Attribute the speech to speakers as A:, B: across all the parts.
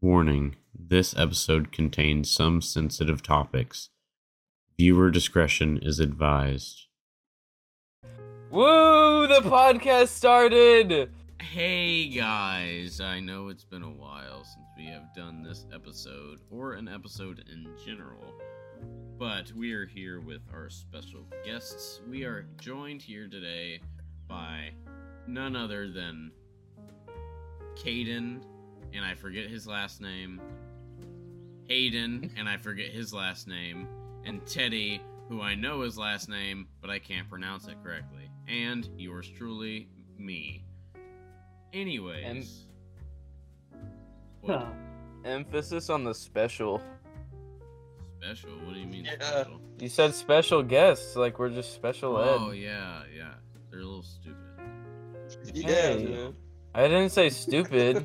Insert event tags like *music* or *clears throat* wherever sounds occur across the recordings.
A: Warning this episode contains some sensitive topics. Viewer discretion is advised.
B: Woo! The podcast started.
A: Hey guys, I know it's been a while since we have done this episode, or an episode in general, but we are here with our special guests. We are joined here today by none other than Caden, and I forget his last name, Hayden, and I forget his last name, and Teddy, who I know his last name, but I can't pronounce it correctly, and yours truly, me. Anyways. what?
B: Emphasis on the special.
A: Special? What do you mean
C: Yeah.
A: special?
B: You said special guests, like we're just special
A: Oh
B: ed.
A: yeah, yeah. They're a little
C: *laughs*
A: stupid.
C: Yeah,
B: Hey.
C: man.
B: I didn't say stupid.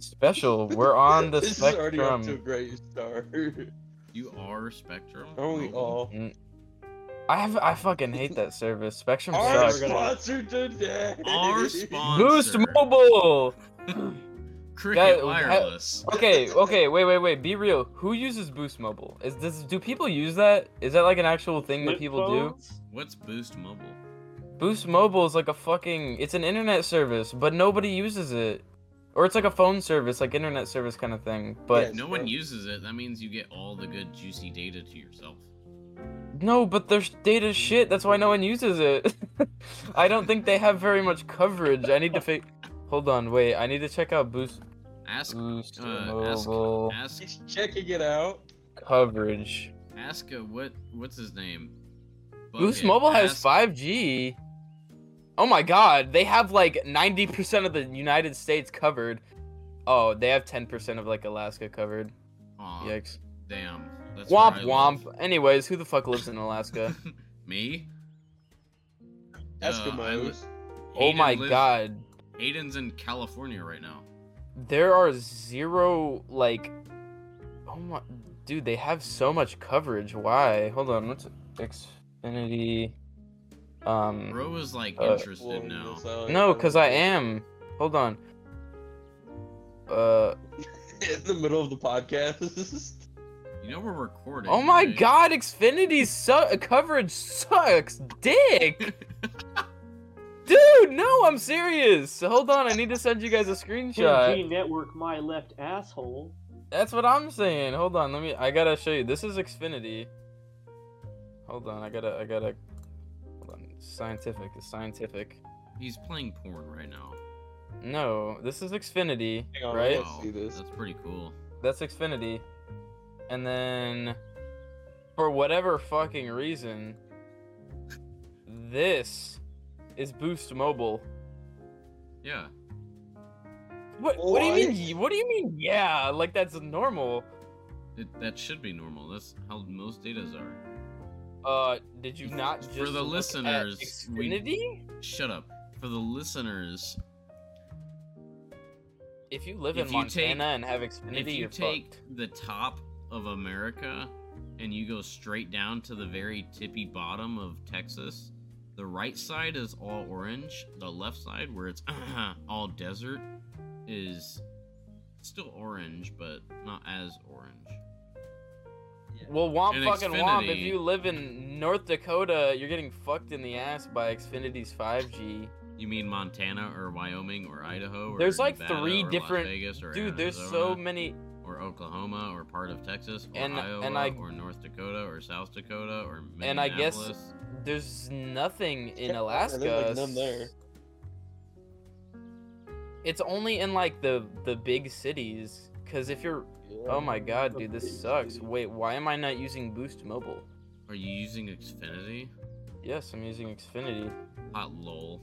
B: special. We're on the
C: *laughs* this is already off to a
B: spectrum.
C: great start. *laughs*
A: you are Spectrum.
C: Are we
B: Mm-hmm.
A: Oh,
C: all?
B: I have. I fucking hate that service. Spectrum
C: Our
B: sucks.
C: sponsor today. *laughs*
A: Our sponsor.
B: Boost Mobile. That-
A: Cricket
B: that-
A: Wireless.
B: Okay. Okay. Wait. Wait. Wait. Be real. Who uses Boost Mobile? Is this? Do people use that? Is that like an actual thing that people do?
A: What's Boost Mobile?
B: Boost Mobile is like a fucking it's an internet service, but nobody uses it. Or it's like a phone service, like internet service kind of thing. But
C: Yes.
A: No one uses it. That means you get all the good juicy data to yourself.
B: no, but their data shit. That's why no one uses it. *laughs* I don't think they have very much coverage. I need to fix. Hold on, wait. I need to check out Boost
A: Ask
B: Boost
A: uh, ask
B: Mobile
A: ask
C: He's checking it out.
B: coverage.
A: ask uh, what what's his name?
B: Boost
A: Bucket.
B: Mobile has
A: Ask-
B: 5G. Oh my god, they have like 90% of the United States covered. Oh, they have 10% of like Alaska covered.
A: Aw,
B: Yikes.
A: Damn. That's where
B: Womp
A: I
B: womp.
A: live.
B: Anyways, who the fuck lives in
A: *laughs*
B: Alaska?
A: Me? Uh, I
C: Eskimos.
A: was-
B: oh
A: Hayden
B: my
A: lives-
B: god.
A: Hayden's in California right now.
B: There are zero like Oh my dude, they have so much coverage. Why? Hold on, what's Xfinity um
A: Bro is like
B: Uh,
A: interested
C: Well,
A: now.
C: so-
B: No, cuz I am. Hold on. Uh
C: *laughs* in the middle of the podcast. *laughs*
A: You know we're recording.
B: oh my
A: right?
B: god, Xfinity's su- coverage sucks. Dick.
A: *laughs*
B: Dude, no, I'm serious. Hold on, I need to send you guys a screenshot.
D: 10G network my left asshole.
B: That's what I'm saying. Hold on, let me. I gotta show you. This is Xfinity. Hold on, I gotta. I gotta. Hold on. Scientific is scientific.
A: He's playing porn right now.
B: No, this is Xfinity,
C: Hang on,
B: right?
C: let's see this.
A: That's pretty cool.
B: That's Xfinity. And then, for whatever fucking reason, this is Boost Mobile.
A: Yeah.
B: What? What do you
C: What?
B: mean? ye- What do you mean? Yeah, like that's normal.
A: It, that should be normal. That's how most datas are.
B: Uh, did you not just
A: For the
B: look
A: listeners,
B: at
A: we-
B: Xfinity?
A: Shut up. For the listeners,
B: If you live
A: If
B: in
A: you
B: Montana
A: take-
B: and have
A: if
B: Xfinity,
A: you
B: you are
A: take
B: fucked.
A: the top of America and you go straight down to the very tippy bottom of Texas, the right side is all orange. The left side, where it's *clears throat* all desert, is still orange, but not as orange.
B: Well, womp
A: And
B: fucking womp. If
A: Xfinity-
B: you live in North Dakota, you're getting fucked in the ass by Xfinity's 5G.
A: You mean Montana or Wyoming or Idaho? Or
B: There's, like,
A: Nevada
B: three
A: or Las
B: different-
A: Vegas or
B: Dude, there's so
A: Arizona?
B: many.
A: or Oklahoma or part of Texas or
B: And-
A: Iowa
B: and I-
A: or North Dakota or South Dakota or Minneapolis.
B: And I guess- There's
C: *laughs*
B: nothing in
C: Yeah, there's,
B: Alaska. um,
C: like, none there.
B: It's only in like the the big cities. Cause if you're, oh my god, dude, this sucks. Wait, why am I not using Boost Mobile?
A: are you using Xfinity?
B: Yes, I'm using Xfinity.
A: Hot lol.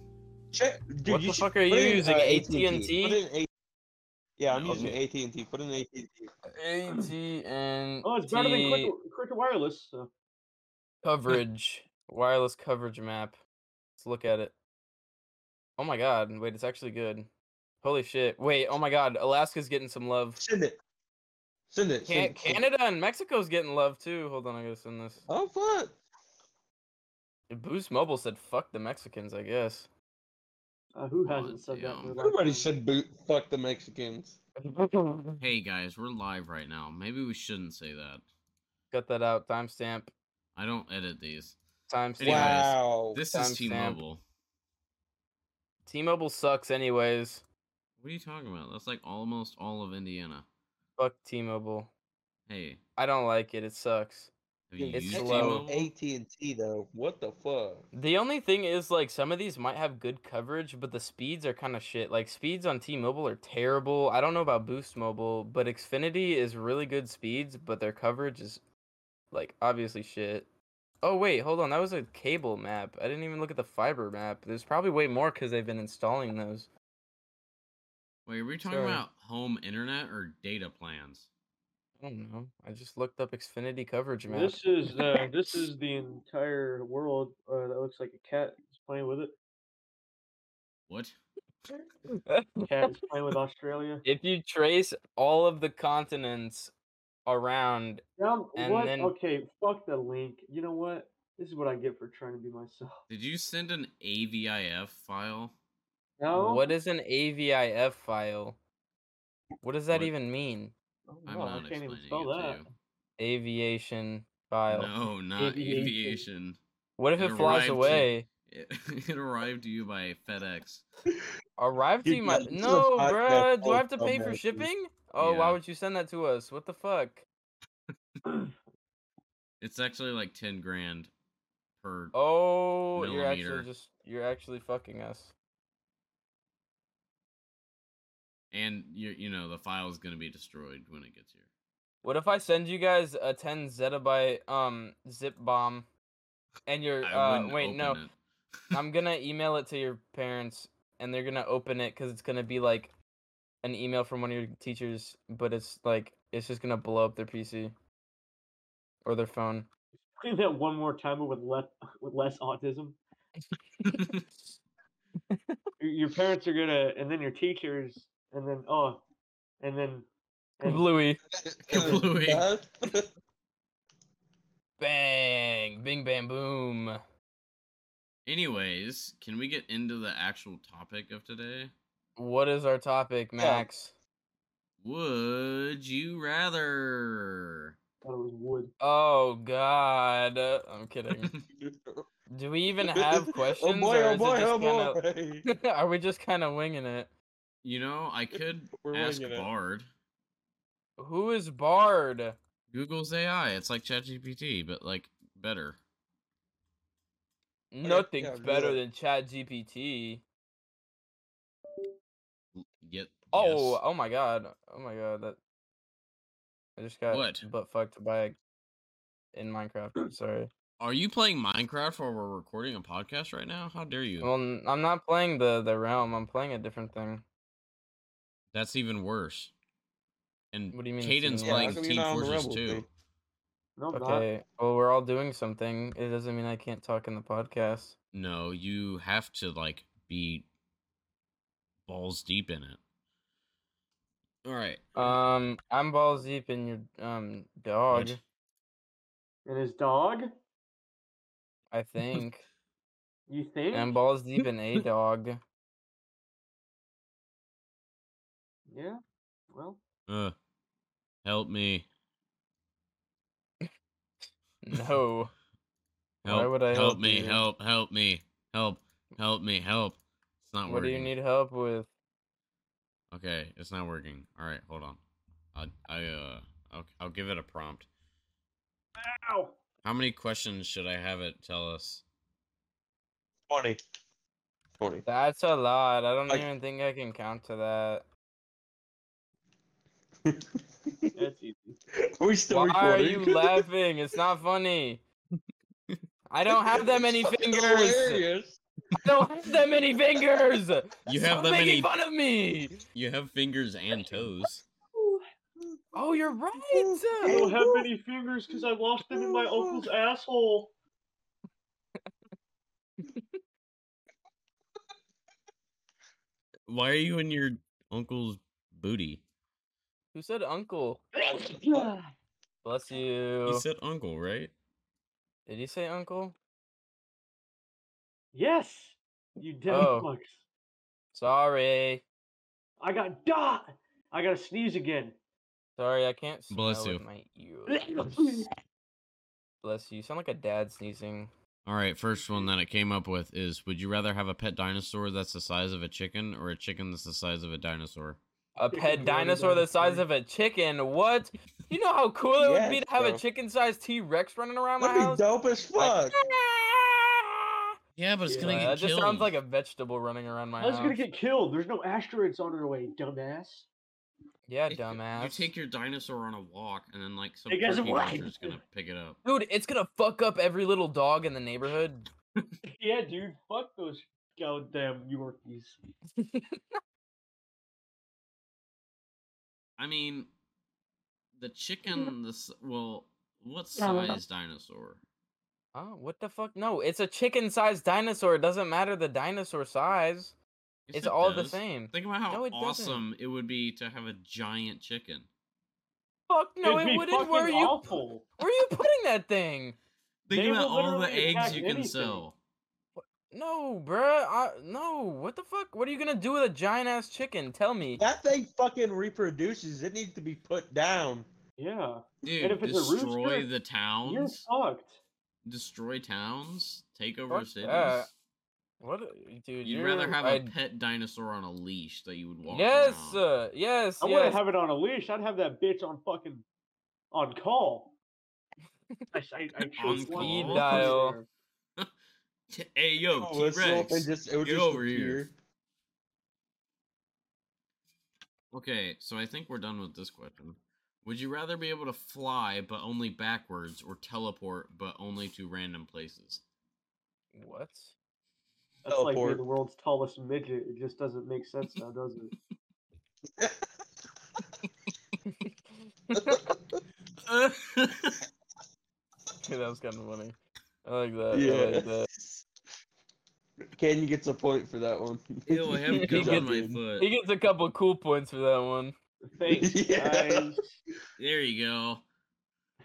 C: Check- dude,
B: What
C: you
B: the
C: should
B: fuck are you
C: put in, uh,
B: using?
C: AT&T.
B: AT&T?
C: Put in A- yeah, I'm
A: No.
C: using AT&T. Put in AT&T.
B: AT and
D: Oh, it's better than Cricket, Cricket Wireless. So.
B: coverage wireless coverage map let's look at it oh my god wait it's actually good holy shit wait oh my god alaska's getting some love
C: Send it. Send it.
B: Can-
C: send it, send it.
B: canada and mexico's getting love too hold on i gotta send this
C: Oh fuck.
B: boost mobile said fuck the mexicans i guess
D: Uh, who hasn't
A: God
D: said that? in
A: damn.
D: their
C: Everybody
D: lifetime?
C: said boot. Fuck the Mexicans.
A: Hey guys, we're live right now. Maybe we shouldn't say that.
B: Cut that out. Timestamp.
A: I don't edit these.
B: Timestamp.
A: Anyways, Wow.
C: This
A: This
B: Timestamp.
A: is T-Mobile.
B: T-Mobile sucks, anyways.
A: What are you talking about? That's like almost all of Indiana.
B: Fuck T-Mobile.
A: Hey,
B: I don't like it. It sucks.
A: have you
B: It's
A: used
B: slow.
A: T-Mobile?
C: AT and T though. What the
B: *laughs*
C: fuck? *laughs*
B: The only thing is, like, some of these might have good coverage, but the speeds are kind of shit. Like, speeds on T-Mobile are terrible. I don't know about Boost Mobile, but Xfinity is really good speeds, but their coverage is, like, obviously shit. Oh wait, hold on. That was a cable map. I didn't even look at the fiber map. There's probably way more because they've been installing those.
A: Wait, are we talking
B: Sorry.
A: about home internet or data plans?
B: I don't know. I just looked up Xfinity coverage map.
D: This is
A: *laughs*
D: uh, this is the entire world uh, that looks like a cat is playing with it.
A: What?
D: Cat is playing
A: *laughs*
D: with Australia.
B: *laughs* if you trace all of the continents around
D: Um,
B: And
D: what?
B: then-
D: Okay, fuck the link. You know what? This is what I get for trying to be myself. *laughs*
A: Did you send an AVIF file? Oh.
D: No.
B: what is an avif file what does that
A: What?
B: even mean
D: Oh,
A: I'm
D: no, I
A: not
D: can't
A: explaining
D: even
A: it
D: spell that.
A: to
D: *laughs*
A: you.
B: aviation file
A: No, not
D: Aviation.
A: aviation.
B: what if
A: It
B: it, flies
A: arrived to-
B: away
A: It, *laughs* it arrived to you by FedEx.
B: arrived to
C: Dude,
B: you my
C: yeah, this is a
B: no
C: podcast
B: bruh do
C: all
B: i have to
C: about
B: pay for
C: Americans.
B: shipping oh why
A: Yeah.
B: would you send that to us what the fuck
A: It's actually like ten grand per.
B: oh you're actually
A: Millimeter.
B: just you're actually fucking us
A: and you you know the file is gonna be destroyed when it gets here.
B: what if i send you guys a 10 zettabyte um zip bomb and you're
A: I
B: uh
A: wouldn't
B: wait
A: open
B: no
A: it.
B: I'm gonna email it to your parents, and they're gonna open it because it's gonna be like an email from one of your teachers, but it's like it's just gonna blow up their PC or their phone.
D: Play that one more time, but with less *laughs* with less autism. Your, your parents are gonna, and then your teachers, and then oh, and then and
B: Bluey,
A: Kablooey.
C: That's-
B: bang, bing, bam, boom.
A: *laughs* Anyways, can we get into the actual topic of today?
B: What is our topic, Max?
A: Would you rather?
D: thought it was wood.
B: Oh God, uh, I'm
C: *laughs*
B: kidding. Do we even have questions?
C: Oh boy!
B: or is
C: Oh boy!
B: it just
C: Oh
B: *laughs*
C: boy!
B: kinda- Are we just kind of winging it?
A: You know, I could
C: We're
A: ask
C: winging it.
A: Bard.
B: Who is Bard?
A: Google's AI. It's like ChatGPT, but like better.
B: Nothing's
C: yeah, do
B: better
C: it.
B: than Chat GPT.
A: Get
B: Oh,
A: yes.
B: oh my god. Oh my god, that I just got
A: What?
B: butt fucked by a- in
A: *clears throat*
B: Minecraft. Sorry.
A: Are you playing Minecraft while we're recording a podcast right now? How dare you?
B: Well, n- I'm not playing the the realm. I'm playing a different thing.
A: That's even worse. And
B: What do you mean it's
A: Caden's
B: even
A: playing
C: worse?
A: Team
C: Yeah, how come you're not on the
A: Fortress
C: Rebels,
A: 2.
C: dude?
D: No, I'm not.
B: Okay. Well, we're all doing something. It doesn't mean I can't talk in the podcast.
A: No, you have to like be balls deep in it. All right.
B: Um, I'm balls deep in your um dog.
A: What?
D: And his dog?
A: *laughs*
B: I think.
D: You think?
B: And I'm balls deep in
A: *laughs*
B: a dog.
D: yeah. Well,
A: Uh, help me.
B: No.
A: Help,
B: Why would I
A: help
B: help
A: me?
B: you?
A: Help, help me. Help, help me. Help. It's not
B: what do
A: working.
B: you need help with?
A: Okay, it's not working. All right, hold on. I I uh I'll, I'll give it a prompt.
D: ow!
A: How many questions should I have it tell us?
C: Twenty. Twenty.
B: That's a lot. I don't
C: Like-
B: even think I can count to that.
D: That's easy.
C: *laughs* we still
B: Why are
C: recording.
B: you laughing? It's not funny. I don't have that many
C: *laughs* Fucking
B: fingers. I
C: hilarious.
B: don't have that many fingers.
A: You have
B: Stop
A: that
B: making
A: many.
B: fun of me.
A: You have fingers and toes.
C: *laughs*
B: Oh, you're
D: I
B: right.
D: don't have many fingers because I lost them in my uncle's asshole.
A: Why are you in your uncle's booty?
B: Who said uncle?
D: That's
B: Bless
A: He
B: you.
A: said uncle, right?
B: Did he say uncle?
D: Yes, you dead
B: Oh.
D: fucks.
B: Sorry.
D: I got da. I gotta sneeze again.
B: Sorry, I can't smell
A: Bless you.
B: with
C: *laughs*
B: my ears. Bless you. You sound like a dad sneezing.
A: All right, first one that it came up with is Would you rather have a pet dinosaur that's the size of a chicken or a chicken that's the size of a dinosaur?
B: A
D: Chicken
B: pet
D: Johnny
B: dinosaur the size
D: dinosaur.
B: of a chicken. What? You know how cool it would be
C: Yes,
B: to have a
C: bro.
B: chicken-sized T-Rex running around my
C: That'd be
B: house.
C: dope as
B: Like,
C: fuck.
A: Yeah, but it's
D: Yeah,
A: gonna
B: Uh,
A: get
B: that
A: killed.
B: just sounds like a vegetable running around my
D: How's
B: house.
D: it gonna get killed? There's no asteroids on our way, dumbass.
B: Yeah,
A: Take your-
B: dumbass.
A: You take your dinosaur on a walk, and then like some
D: Hey, guess
A: turkey
D: what?
A: vulture's gonna pick it up.
B: Dude, it's gonna fuck up every little dog in the neighborhood.
D: Yeah, dude. Fuck those goddamn Yorkies.
A: I mean, the chicken. This well, what
D: Yeah, well-
A: size dinosaur?
B: Huh? What the fuck? No, it's a chicken-sized dinosaur. It doesn't matter the dinosaur size.
A: Yes,
B: it's
A: it
B: all the
A: does.
B: same.
A: Think about how
B: No, it doesn't.
A: awesome it would be to have a giant chicken.
B: Fuck no,
D: It'd
B: it
D: be
B: wouldn't.
D: fucking
B: Where are you?
D: awful.
B: Where are you putting that thing?
A: Think
D: They
A: about
D: will
A: all the
D: literally
A: eggs
D: attack
A: you can
D: anything.
A: sell.
B: No, bruh. I, no, what the fuck? What are you gonna do with a giant ass chicken? Tell me.
C: That thing fucking reproduces. It needs to be put down.
D: Yeah,
A: Dude,
D: if it's a rooster,
A: destroy the
D: you're
A: towns.
D: fucked.
A: Destroy towns. Take over
B: Fuck
A: cities.
B: that. What, a- dude?
A: You'd rather
B: you're-
A: have
B: I'd-
A: a pet dinosaur on a leash that you would walk.
B: Yes,
A: around.
B: uh, yes,
D: I
B: yes.
D: wouldn't have it on a leash. I'd have that bitch on fucking on call. I, I,
B: *laughs*
D: I chose
A: On
D: one
A: call?
D: over
B: Dial.
D: there.
A: Hey yo,
C: Oh,
A: T
C: whistle, and
A: Rex.
C: just- it would
A: get
C: just
A: over here.
C: appear.
A: Okay, so I think we're done with this question. Would you rather be able to fly but only backwards or teleport but only to random
B: *laughs*
A: places? *laughs*
B: What?
D: That's like being
C: Teleport.
D: the world's tallest midget. It just doesn't make sense now, does *laughs* it?
B: Dude, *laughs* that was kind of funny. I like that. I
C: Yeah.
B: like that.
C: Caden gets a point for
A: *laughs*
C: that one.
A: Ew, I
B: *laughs*
A: have
B: gum
A: gum
B: on
A: on
B: my
A: my
C: Good
A: foot.
B: He gets a couple cool points for that one. *laughs*
D: Thanks,
C: Yeah.
D: guys.
A: There you go.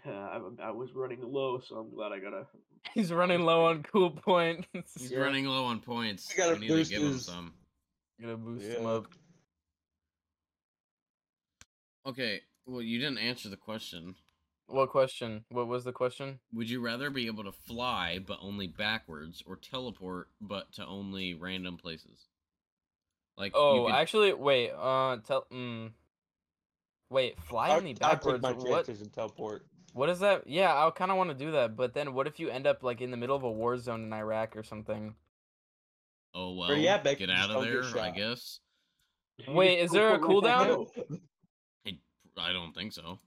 D: I, *sighs* I was running low, so I'm glad I got a. *laughs*
B: He's running low on cool points. *laughs*
A: He's
C: Yeah.
A: running low on points.
C: I gotta
A: We need to
C: boost
A: give him
C: his-
A: some.
B: Gonna boost
C: Yeah.
B: him up.
A: Okay, well, you didn't answer the question.
B: What question? What was the question?
A: Would you rather be able to fly but only backwards or teleport but to only random places? Like, you
B: Oh,
A: could-
B: actually, wait. Uh, tell. Mm, wait, fly
C: I-
B: only
C: I took
B: backwards.
C: my
B: What?
C: chances in teleport.
B: What is that? Yeah, I kind of want to do that, but then what if you end up like in the middle of a war zone in Iraq or something?
A: oh well,
C: Or yeah, back-
A: get
C: just
A: out of
C: don't get
A: there, I
C: shot.
A: guess.
B: Wait, is
D: *laughs*
B: there a cooldown?
A: I, I don't think so.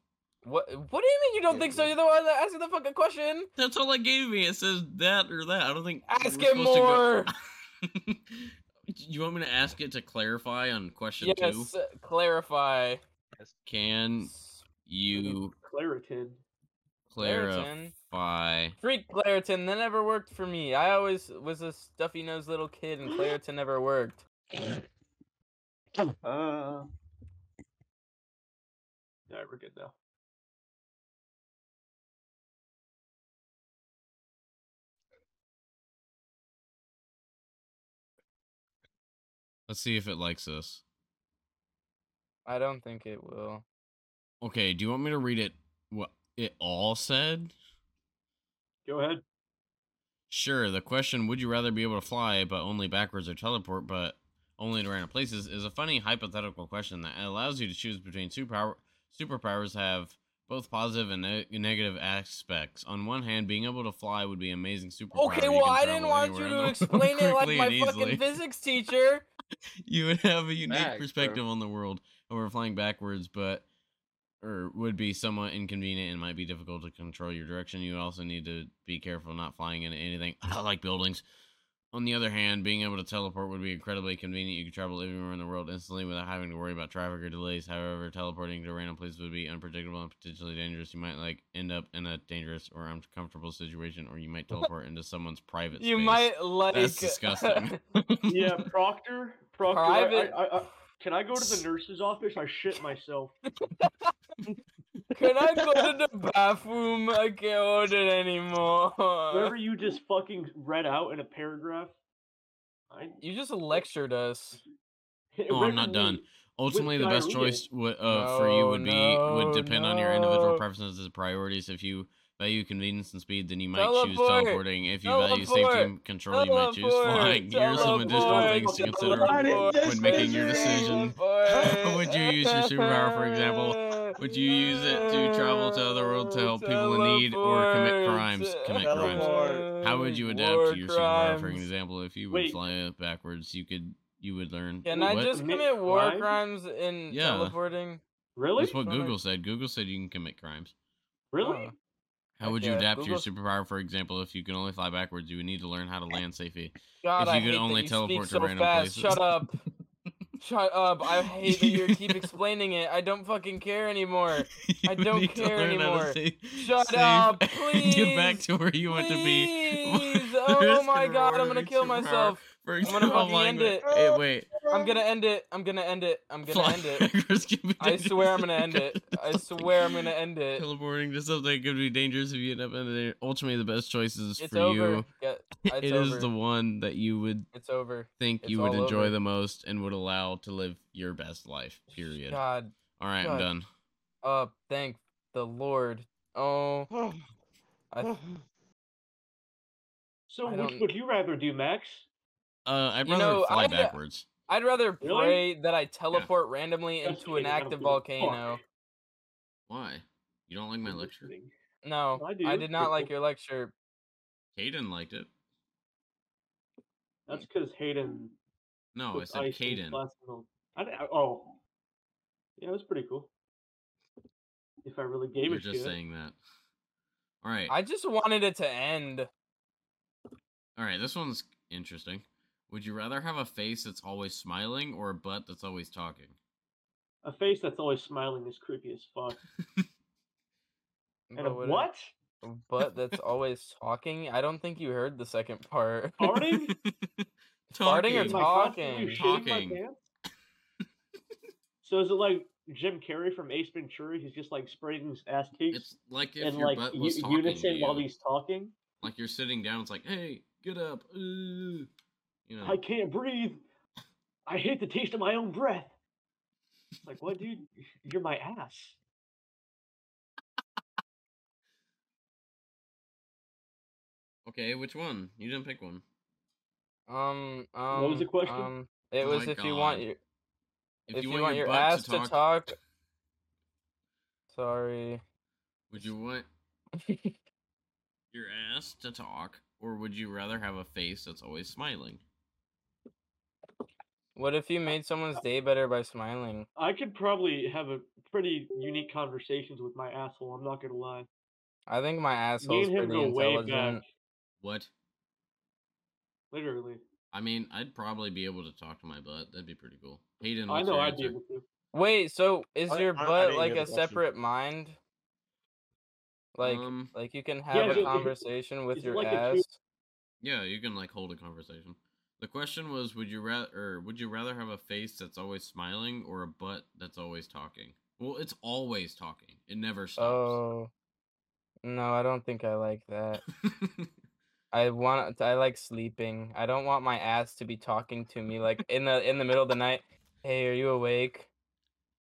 B: What? What do you mean you don't think so?
C: Yeah.
B: You're the one that asked the fucking question.
A: That's all it gave me. It says that or that. I don't think.
B: Ask
A: we're
B: it
A: supposed to
B: more.
A: Go... *laughs* you want me to ask it to clarify on question two? Hmm.
B: Yes, clarify.
A: Can you
D: Claritin.
B: Claritin.
A: clarify?
B: Freak Claritin, that never worked for me. I always was a stuffy nosed little kid, *laughs* and Claritin never worked.
D: Uh. All right, we're good now.
A: Let's see if it likes us.
B: I don't think it will.
A: Okay. Do you want me to read it? What it all said?
D: Go ahead.
A: Sure. The question, would you rather be able to fly but only backwards or teleport but only to random places, is a funny hypothetical question that allows you to choose between superpower superpowers have both positive and ne- negative aspects. On one hand, being able to fly would be an amazing superpower.
B: Okay,
A: You
B: well,
A: can
B: I
A: travel
B: didn't want you
A: anywhere in *laughs*
B: to
A: the
B: explain it
A: world
B: like
A: quickly
B: my
A: and easily. *laughs*
B: fucking physics teacher.
A: You would have a unique
C: Facts, bro.
A: perspective on the world over flying backwards, but or would be somewhat inconvenient and might be difficult to control your direction. You would also need to be careful not flying into anything *laughs* like buildings. On the other hand, being able to teleport would be incredibly convenient. You could travel everywhere in the world instantly without having to worry about traffic or delays. However, teleporting to random places would be unpredictable and potentially dangerous. You might like end up in a dangerous or uncomfortable situation, or you might teleport into someone's private.
B: You
A: space.
B: might like.
A: That's
B: *laughs*
A: disgusting.
D: Yeah, Proctor. Proctor. I-
B: Private-
D: I, I, I, can I go to the nurse's office? I shit myself.
B: Can I go to
A: *laughs*
B: the bathroom? I can't hold it anymore.
D: Whatever
A: Uh-huh.
D: you just fucking read out in a paragraph. I *laughs*
B: You just lectured us.
A: Oh, I'm not done. Ultimately, the best
D: diarrhea.
A: choice w- uh, for you would be
B: No,
A: would depend on your individual
B: no.
A: preferences and priorities. If you value convenience and speed, then you might choose
B: Teleport!
A: teleporting. If you value safety
B: Teleport!
A: and control, you might choose flying. Here are some additional
B: Teleport!
A: things to consider.
C: Why did this
A: when making your
C: misery-
A: decision.
B: *laughs*
A: Would you use your superpower, for example? Would you use it to travel to other worlds to help people in need or commit crimes? Commit crimes.
B: Teleport!
A: How would you adapt
B: War
A: to your superpower? For
B: crimes.
A: example, if you would
D: Wait.
A: fly up backwards, you could you would learn.
B: Can
A: what?
B: I just
D: Commit
B: commit war
D: crimes?
B: crimes in
A: Yeah.
B: teleporting?
D: Really?
A: That's what
B: Sorry.
A: Google said. Google said you can commit crimes.
D: Really?
A: uh,
B: Oh.
A: How would you
B: Okay,
A: adapt to
B: Google-
A: your superpower? For example, if you can only fly backwards, you would need to learn how to land safely.
B: God,
A: If
B: I
A: you could
B: hate
A: only
B: that you
A: teleport to
B: speak so
A: random
B: fast.
A: places. *laughs*
B: Shut up. Shut up. I hate that you keep explaining it. I don't fucking care anymore.
A: *laughs* You
B: I
A: would
B: don't
A: need to
B: care
A: learn how to
B: anymore.
A: stay
B: Shut
A: safe
B: up,
A: *laughs* and Get back
B: please.
A: to where you want to be.
B: Please.
A: *laughs* The
B: Oh
A: risk
B: my
A: and
B: god,
A: reward
B: I'm
A: of
B: gonna
A: each
B: kill
A: superpower.
B: myself.
A: For
B: gonna
A: example,
B: fucking
A: lying
B: end
A: back-
B: it.
A: Hey, wait.
B: I'm *sighs*
C: *sighs*
B: gonna end it. I'm gonna end it. I'm gonna
A: Flying
B: end it.
A: *laughs* backwards can be
B: I swear
A: *laughs*
B: I'm gonna
A: dangerous
B: end it.
A: because
B: I
A: of something.
B: swear I'm gonna end it.
A: Teleporting to something could be dangerous if you end up in there. Ultimately, the best choices
B: It's
A: for *laughs*
B: over.
A: you.
B: Yeah,
A: It
B: it's
A: is
B: over.
A: the one that you would
B: It's over.
A: think
B: It's
A: you would
B: all
A: enjoy
B: over.
A: the most and would allow to live your best life. Period.
B: God.
A: All right,
B: God.
A: I'm done.
B: Uh, thank the Lord. Oh, I,
D: So,
B: I
D: which
B: don't-
D: would you rather do, Max?
A: Uh, I'd
B: You
A: rather
B: know,
A: fly
B: I-
A: backwards.
B: I'd rather pray
D: Really?
B: that I teleport randomly
D: That's
B: into
D: okay,
B: an
D: I don't
B: active
D: give a fuck.
B: volcano.
A: Why? You don't like my
D: I'm
A: lecture?
D: listening.
B: No,
D: I
B: I
D: do.
B: did not like your lecture.
A: Caden liked it.
D: That's because Hayden.
A: No,
D: put
A: I said
D: ice in his
A: Caden.
D: glass and all- I, di- oh, yeah, it was pretty cool. If I really gave
A: You're
D: a
A: just
D: shit.
A: saying that. All right.
B: I just wanted it to end.
A: All right, this one's interesting. Would you rather have a face that's always smiling or a butt that's always talking?
D: A face that's always smiling is creepy as fuck. And a
B: but would it-
D: what?
B: But that's always talking. I don't think you heard the second part.
A: *laughs*
D: Farting?
B: Farting or
A: Talking.
D: Am I
B: talking?
D: constantly shitting my
A: Talking.
D: pants? so is it like Jim Carrey from Ace Ventura? He's just like spraying his ass cheeks
A: It's like if
D: and
A: your
D: like
A: butt
D: u-
A: was talking to
D: unison
A: you.
D: while he's talking.
A: Like you're sitting down, it's like, hey, get up. uh," you know,
D: I can't breathe. I hate the taste of my own breath. It's Like what, dude? You're my ass.
A: okay, which one? You didn't pick one.
B: Um, um,
D: What was the question?
B: um, it
A: Oh
B: was
A: my
B: if you want
A: God.
B: your
A: If, you, want your, butt
B: ass
A: to talk,
B: Sorry. *laughs*
A: would you want your ass to talk, or would you rather have a face that's always smiling?
B: what if you made someone's day better by smiling?
D: I could probably have a pretty unique conversations with my asshole. I'm not gonna lie.
B: I think my
D: Me
B: asshole's
D: and him
B: pretty
D: go way back.
B: intelligent.
A: What?
D: Literally,
A: I mean, I'd probably be able to talk to my butt. That'd be pretty cool. Hayden,
D: I
A: what's
D: know
A: your
D: I'd be
A: answer?
D: able to.
B: Wait, so is
C: I-
B: your
C: I- I
B: butt
C: didn't
B: like
C: hear
B: a
C: the question.
B: separate mind? Like,
A: Um,
B: like you can have
D: Yeah,
B: a
D: so-
B: conversation with
D: is it
B: your
D: like a
B: ass.
D: two-
A: yeah, you can like hold a conversation. The question was, would you rather, or would you rather have a face that's always smiling, or a butt that's always talking? Well, it's always talking. It never stops.
B: Oh, no, I don't think I like
A: *laughs*
B: that. I want. I like sleeping. I don't want my ass to be talking to me like in the in the middle of the night. Hey, are you awake?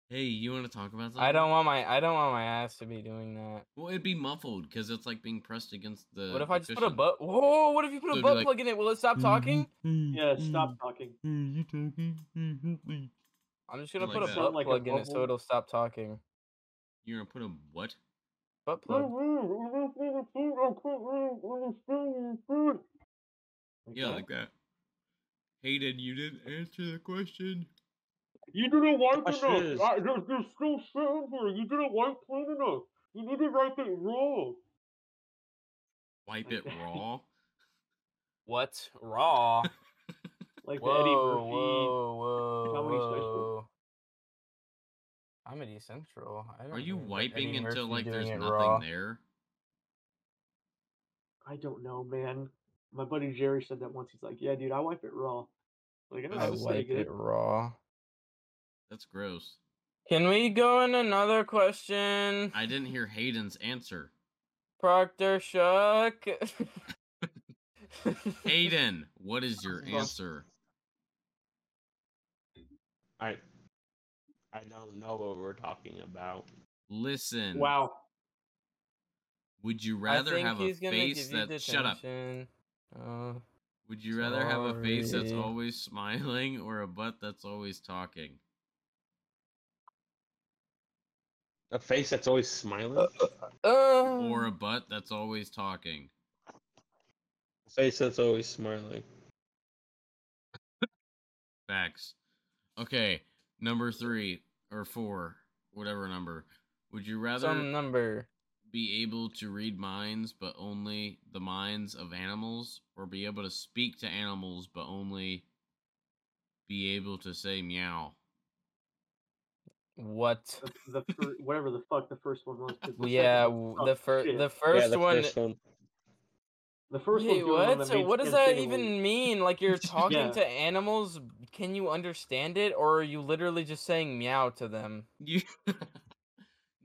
A: hey, you want to talk about something?
B: I don't want my I don't want my ass to be doing that.
A: Well, it'd be muffled because it's like being pressed against the.
B: What if
A: the
B: I just put a
A: cushion.
B: butt? Whoa! What if you put
A: So
B: a
A: it'd be
B: butt
A: like, Mm-hmm.
B: plug in it? Will it stop talking?
D: Yeah,
C: Mm.
D: stop talking.
B: I'm just gonna
A: Like
B: put a
A: that.
B: butt
D: Sound like a
B: plug in it so
D: bubble.
B: it'll stop talking.
A: You're gonna put a what?
B: Butt plug.
A: Yeah, like that. Hayden, you didn't answer the question.
D: You didn't wipe
C: Gosh,
D: enough.
C: yes.
D: I, there's, there's still shit in here. You didn't wipe clean enough. You need to wipe it raw.
A: Wipe
B: *laughs*
D: Like
A: it
D: that.
A: raw.
B: What? Raw.
D: Like
B: whoa,
D: the *laughs* Eddie Murphy.
B: whoa, whoa,
D: Comedy Central.
B: whoa. Comedy Central. I don't
A: Are you
B: remember
A: wiping
B: Eddie
A: until
B: Murphy
A: like there's
B: doing it
A: nothing
B: raw.
A: there?
D: I don't know, man. My buddy Jerry said that once. He's like, "Yeah, dude, I wipe it raw." Like,
A: I
D: oh,
B: I
D: that's pretty
B: wipe
D: good.
B: it raw.
A: That's gross.
B: Can we go in another question?
A: I didn't hear Hayden's answer.
B: Proctor Shuck. *laughs*
A: Hayden, what is your
C: Awesome.
A: answer?
C: I I don't know what we're talking about.
A: Listen.
D: Wow.
A: Would you
B: I
A: rather
B: think
A: have a
B: he's gonna
A: face
B: give you
A: that shut up?
B: detention. Uh,
A: Would you rather have a face that's
B: Sorry.
A: always smiling or a butt that's always talking?
C: A face that's always smiling.
B: uh,
A: Or a butt that's always talking?
C: A face that's always smiling.
A: Facts. Okay, number three or four, whatever number. Would you rather
B: some number.
A: be able to read minds but only the minds of animals, or be able to speak to animals but only be able to say meow? *laughs*
B: What?
D: The, the fir- whatever the fuck the first one was. 'cause the second
B: Yeah,
D: one-
B: w-
D: oh,
B: the, fir-
D: shit.
B: the first
C: yeah, the
B: one.
C: first one.
D: the first
B: Wait,
D: one's the only one.
B: what?
D: that
B: So
D: made
B: what does
D: sense
B: that
D: anyway.
B: even mean? Like you're talking
D: *laughs* Yeah.
B: to animals, can you understand it, or are you literally just saying meow to them?
A: You.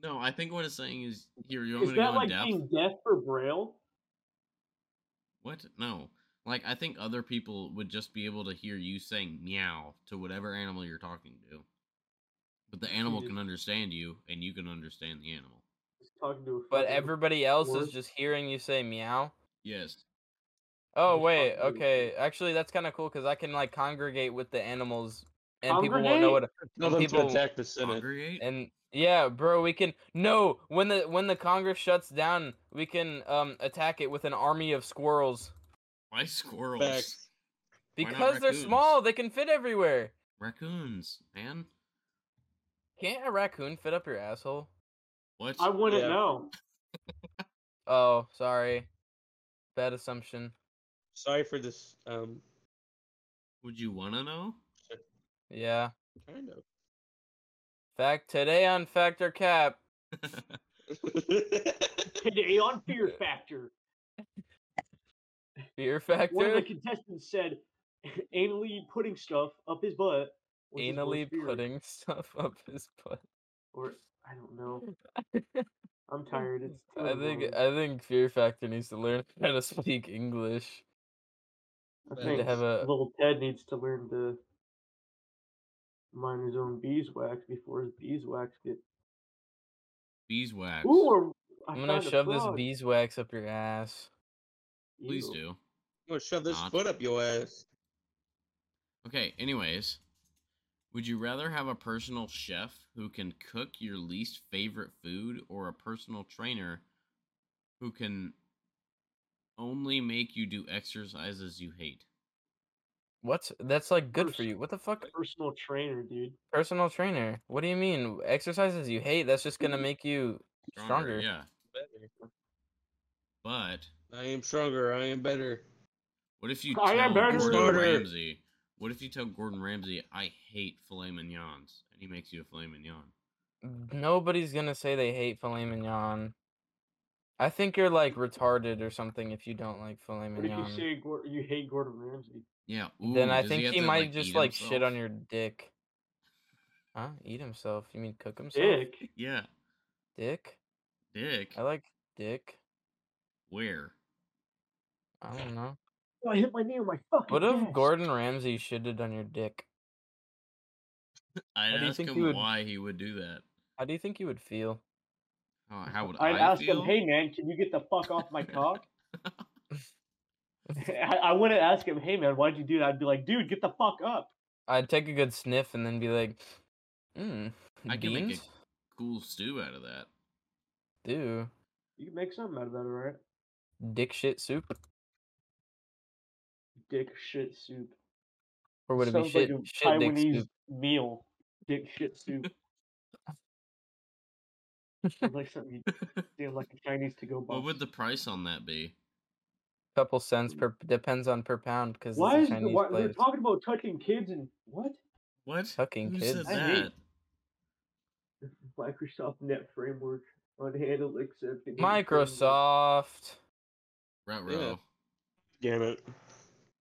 A: no, I think what it's saying is here. You want
D: Is
A: me to go
D: that
A: in
D: like
A: depth?
D: being deaf for braille?
A: What? No. Like I think other people would just be able to hear you saying meow to whatever animal you're talking to. But the animal
D: just-
A: can understand you and you can understand the animal.
D: Just talking to a
B: But
D: fucking-
B: everybody else is
D: words.
B: just hearing you say meow.
A: Yes.
B: Oh
D: just
B: wait,
D: talking to each
B: okay. Actually, that's kind of cool because I can like congregate with the animals, and people won't know what.
D: Congregate?
C: Tell
B: and
C: them
B: people
C: to attack the Senate.
A: Congregate?
B: and yeah, bro, we can. No, when the when the Congress shuts down, we can um attack it with an army of squirrels
A: Why squirrels?
C: Facts.
A: Why not
B: because they're
A: raccoons?
B: small. They can fit everywhere.
A: Raccoons, man.
B: Can't a raccoon fit up your asshole?
A: What?
D: I wouldn't
C: Yeah.
D: know.
B: Oh, sorry. Bad assumption.
C: Sorry for this. Um,
A: Would you want to know? *laughs*
B: Yeah.
C: kind of. *laughs*
B: Fact today on Factor Cap.
D: Today
B: *laughs*
D: on Fear Factor,
B: Fear
D: one of
B: Factor.
D: the contestants said, *laughs* "Anally putting stuff up his butt." was his worst
B: Anally
D: fear."
B: putting *laughs* stuff up his butt.
D: or I
B: *laughs*
D: don't know. I'm tired. It's two
B: I
D: in the
B: think
D: morning.
B: I think Fear Factor needs to learn *laughs* how to speak English.
D: I
C: Need
B: Need to
D: think
B: have a
D: little Ted needs to learn to mind his own beeswax before his beeswax get.
A: Beeswax.
D: Ooh, or I
B: I'm gonna
D: found a
B: shove this
D: frog.
B: beeswax up your ass.
A: Please
D: Ew.
A: do.
C: Well, shove this
A: Not.
C: foot up your ass.
A: Okay, anyways. Would you rather have a personal chef who can cook your least favorite food or a personal trainer who can only make you do exercises you hate?
B: What's that's like good for
D: Person-
B: you? What the fuck?
D: Personal trainer, dude.
B: Personal trainer. What do you mean? Exercises you hate? That's just gonna make you stronger.
A: Yeah.
C: Better.
A: But
C: I am stronger. I am better.
A: what if you
D: I
A: tell
D: am better
A: Gordon
D: than
C: Smarter.
A: Ramsay? What if you tell Gordon Ramsay I hate filet mignons and he makes you a filet mignon?
B: Nobody's gonna say they hate filet mignon. I think you're like retarded or something if you don't like filet
D: What if you
B: mignon.
D: say Gor- you hate Gordon Ramsay?
A: Yeah. ooh,
B: then I
A: does
B: think
A: have
B: he
A: to,
B: might
A: eat
B: just like shit on
A: himself?
B: your dick. Huh? Eat himself? You mean cook himself?
D: Dick.
A: Yeah.
B: Dick?
A: Dick.
B: I like dick.
A: Where?
B: I don't know.
D: Oh, I hit my knee on my fucking.
B: What if
D: desk.
B: Gordon Ramsay shitted on your dick?
A: I'd
B: do you
A: ask
B: think
A: him
B: he would-
A: why he would do that.
B: How do you think you would feel?
A: Oh, how would
D: I'd
A: I
D: ask
A: feel?
D: him, "Hey man, can you get the fuck off
A: *laughs*
D: my cock?" *laughs* I, I wouldn't ask him, "Hey man, why'd you do that?" I'd be like, "Dude, get the fuck up."
B: I'd take a good sniff and then be like, mm,
A: I can make
B: beans?
A: a cool stew out of that.
B: Do
D: You can make something out of that, all right?
B: dick shit soup?
D: Dick shit soup.
B: Or would it be
D: Sounds like
B: shit,
D: a
B: shit dick
D: Taiwanese
B: soup?
D: meal. Dick shit soup.
A: *laughs*
D: Sounds like something you
A: *laughs*
D: see in, like a Chinese to go
A: What
D: box.
A: would the price on that be?
B: couple cents per depends on per pound because
D: Why is
B: it's a
D: the,
B: Chinese
D: why, we're
B: place.
D: talking about touching kids and what?
A: What?
B: Fucking
A: Who said
B: kids.
D: I hate-
A: that?
D: Microsoft Net Framework unhandled accepting.
B: Microsoft.
A: Rut
C: Yeah.
A: row.
C: Damn it.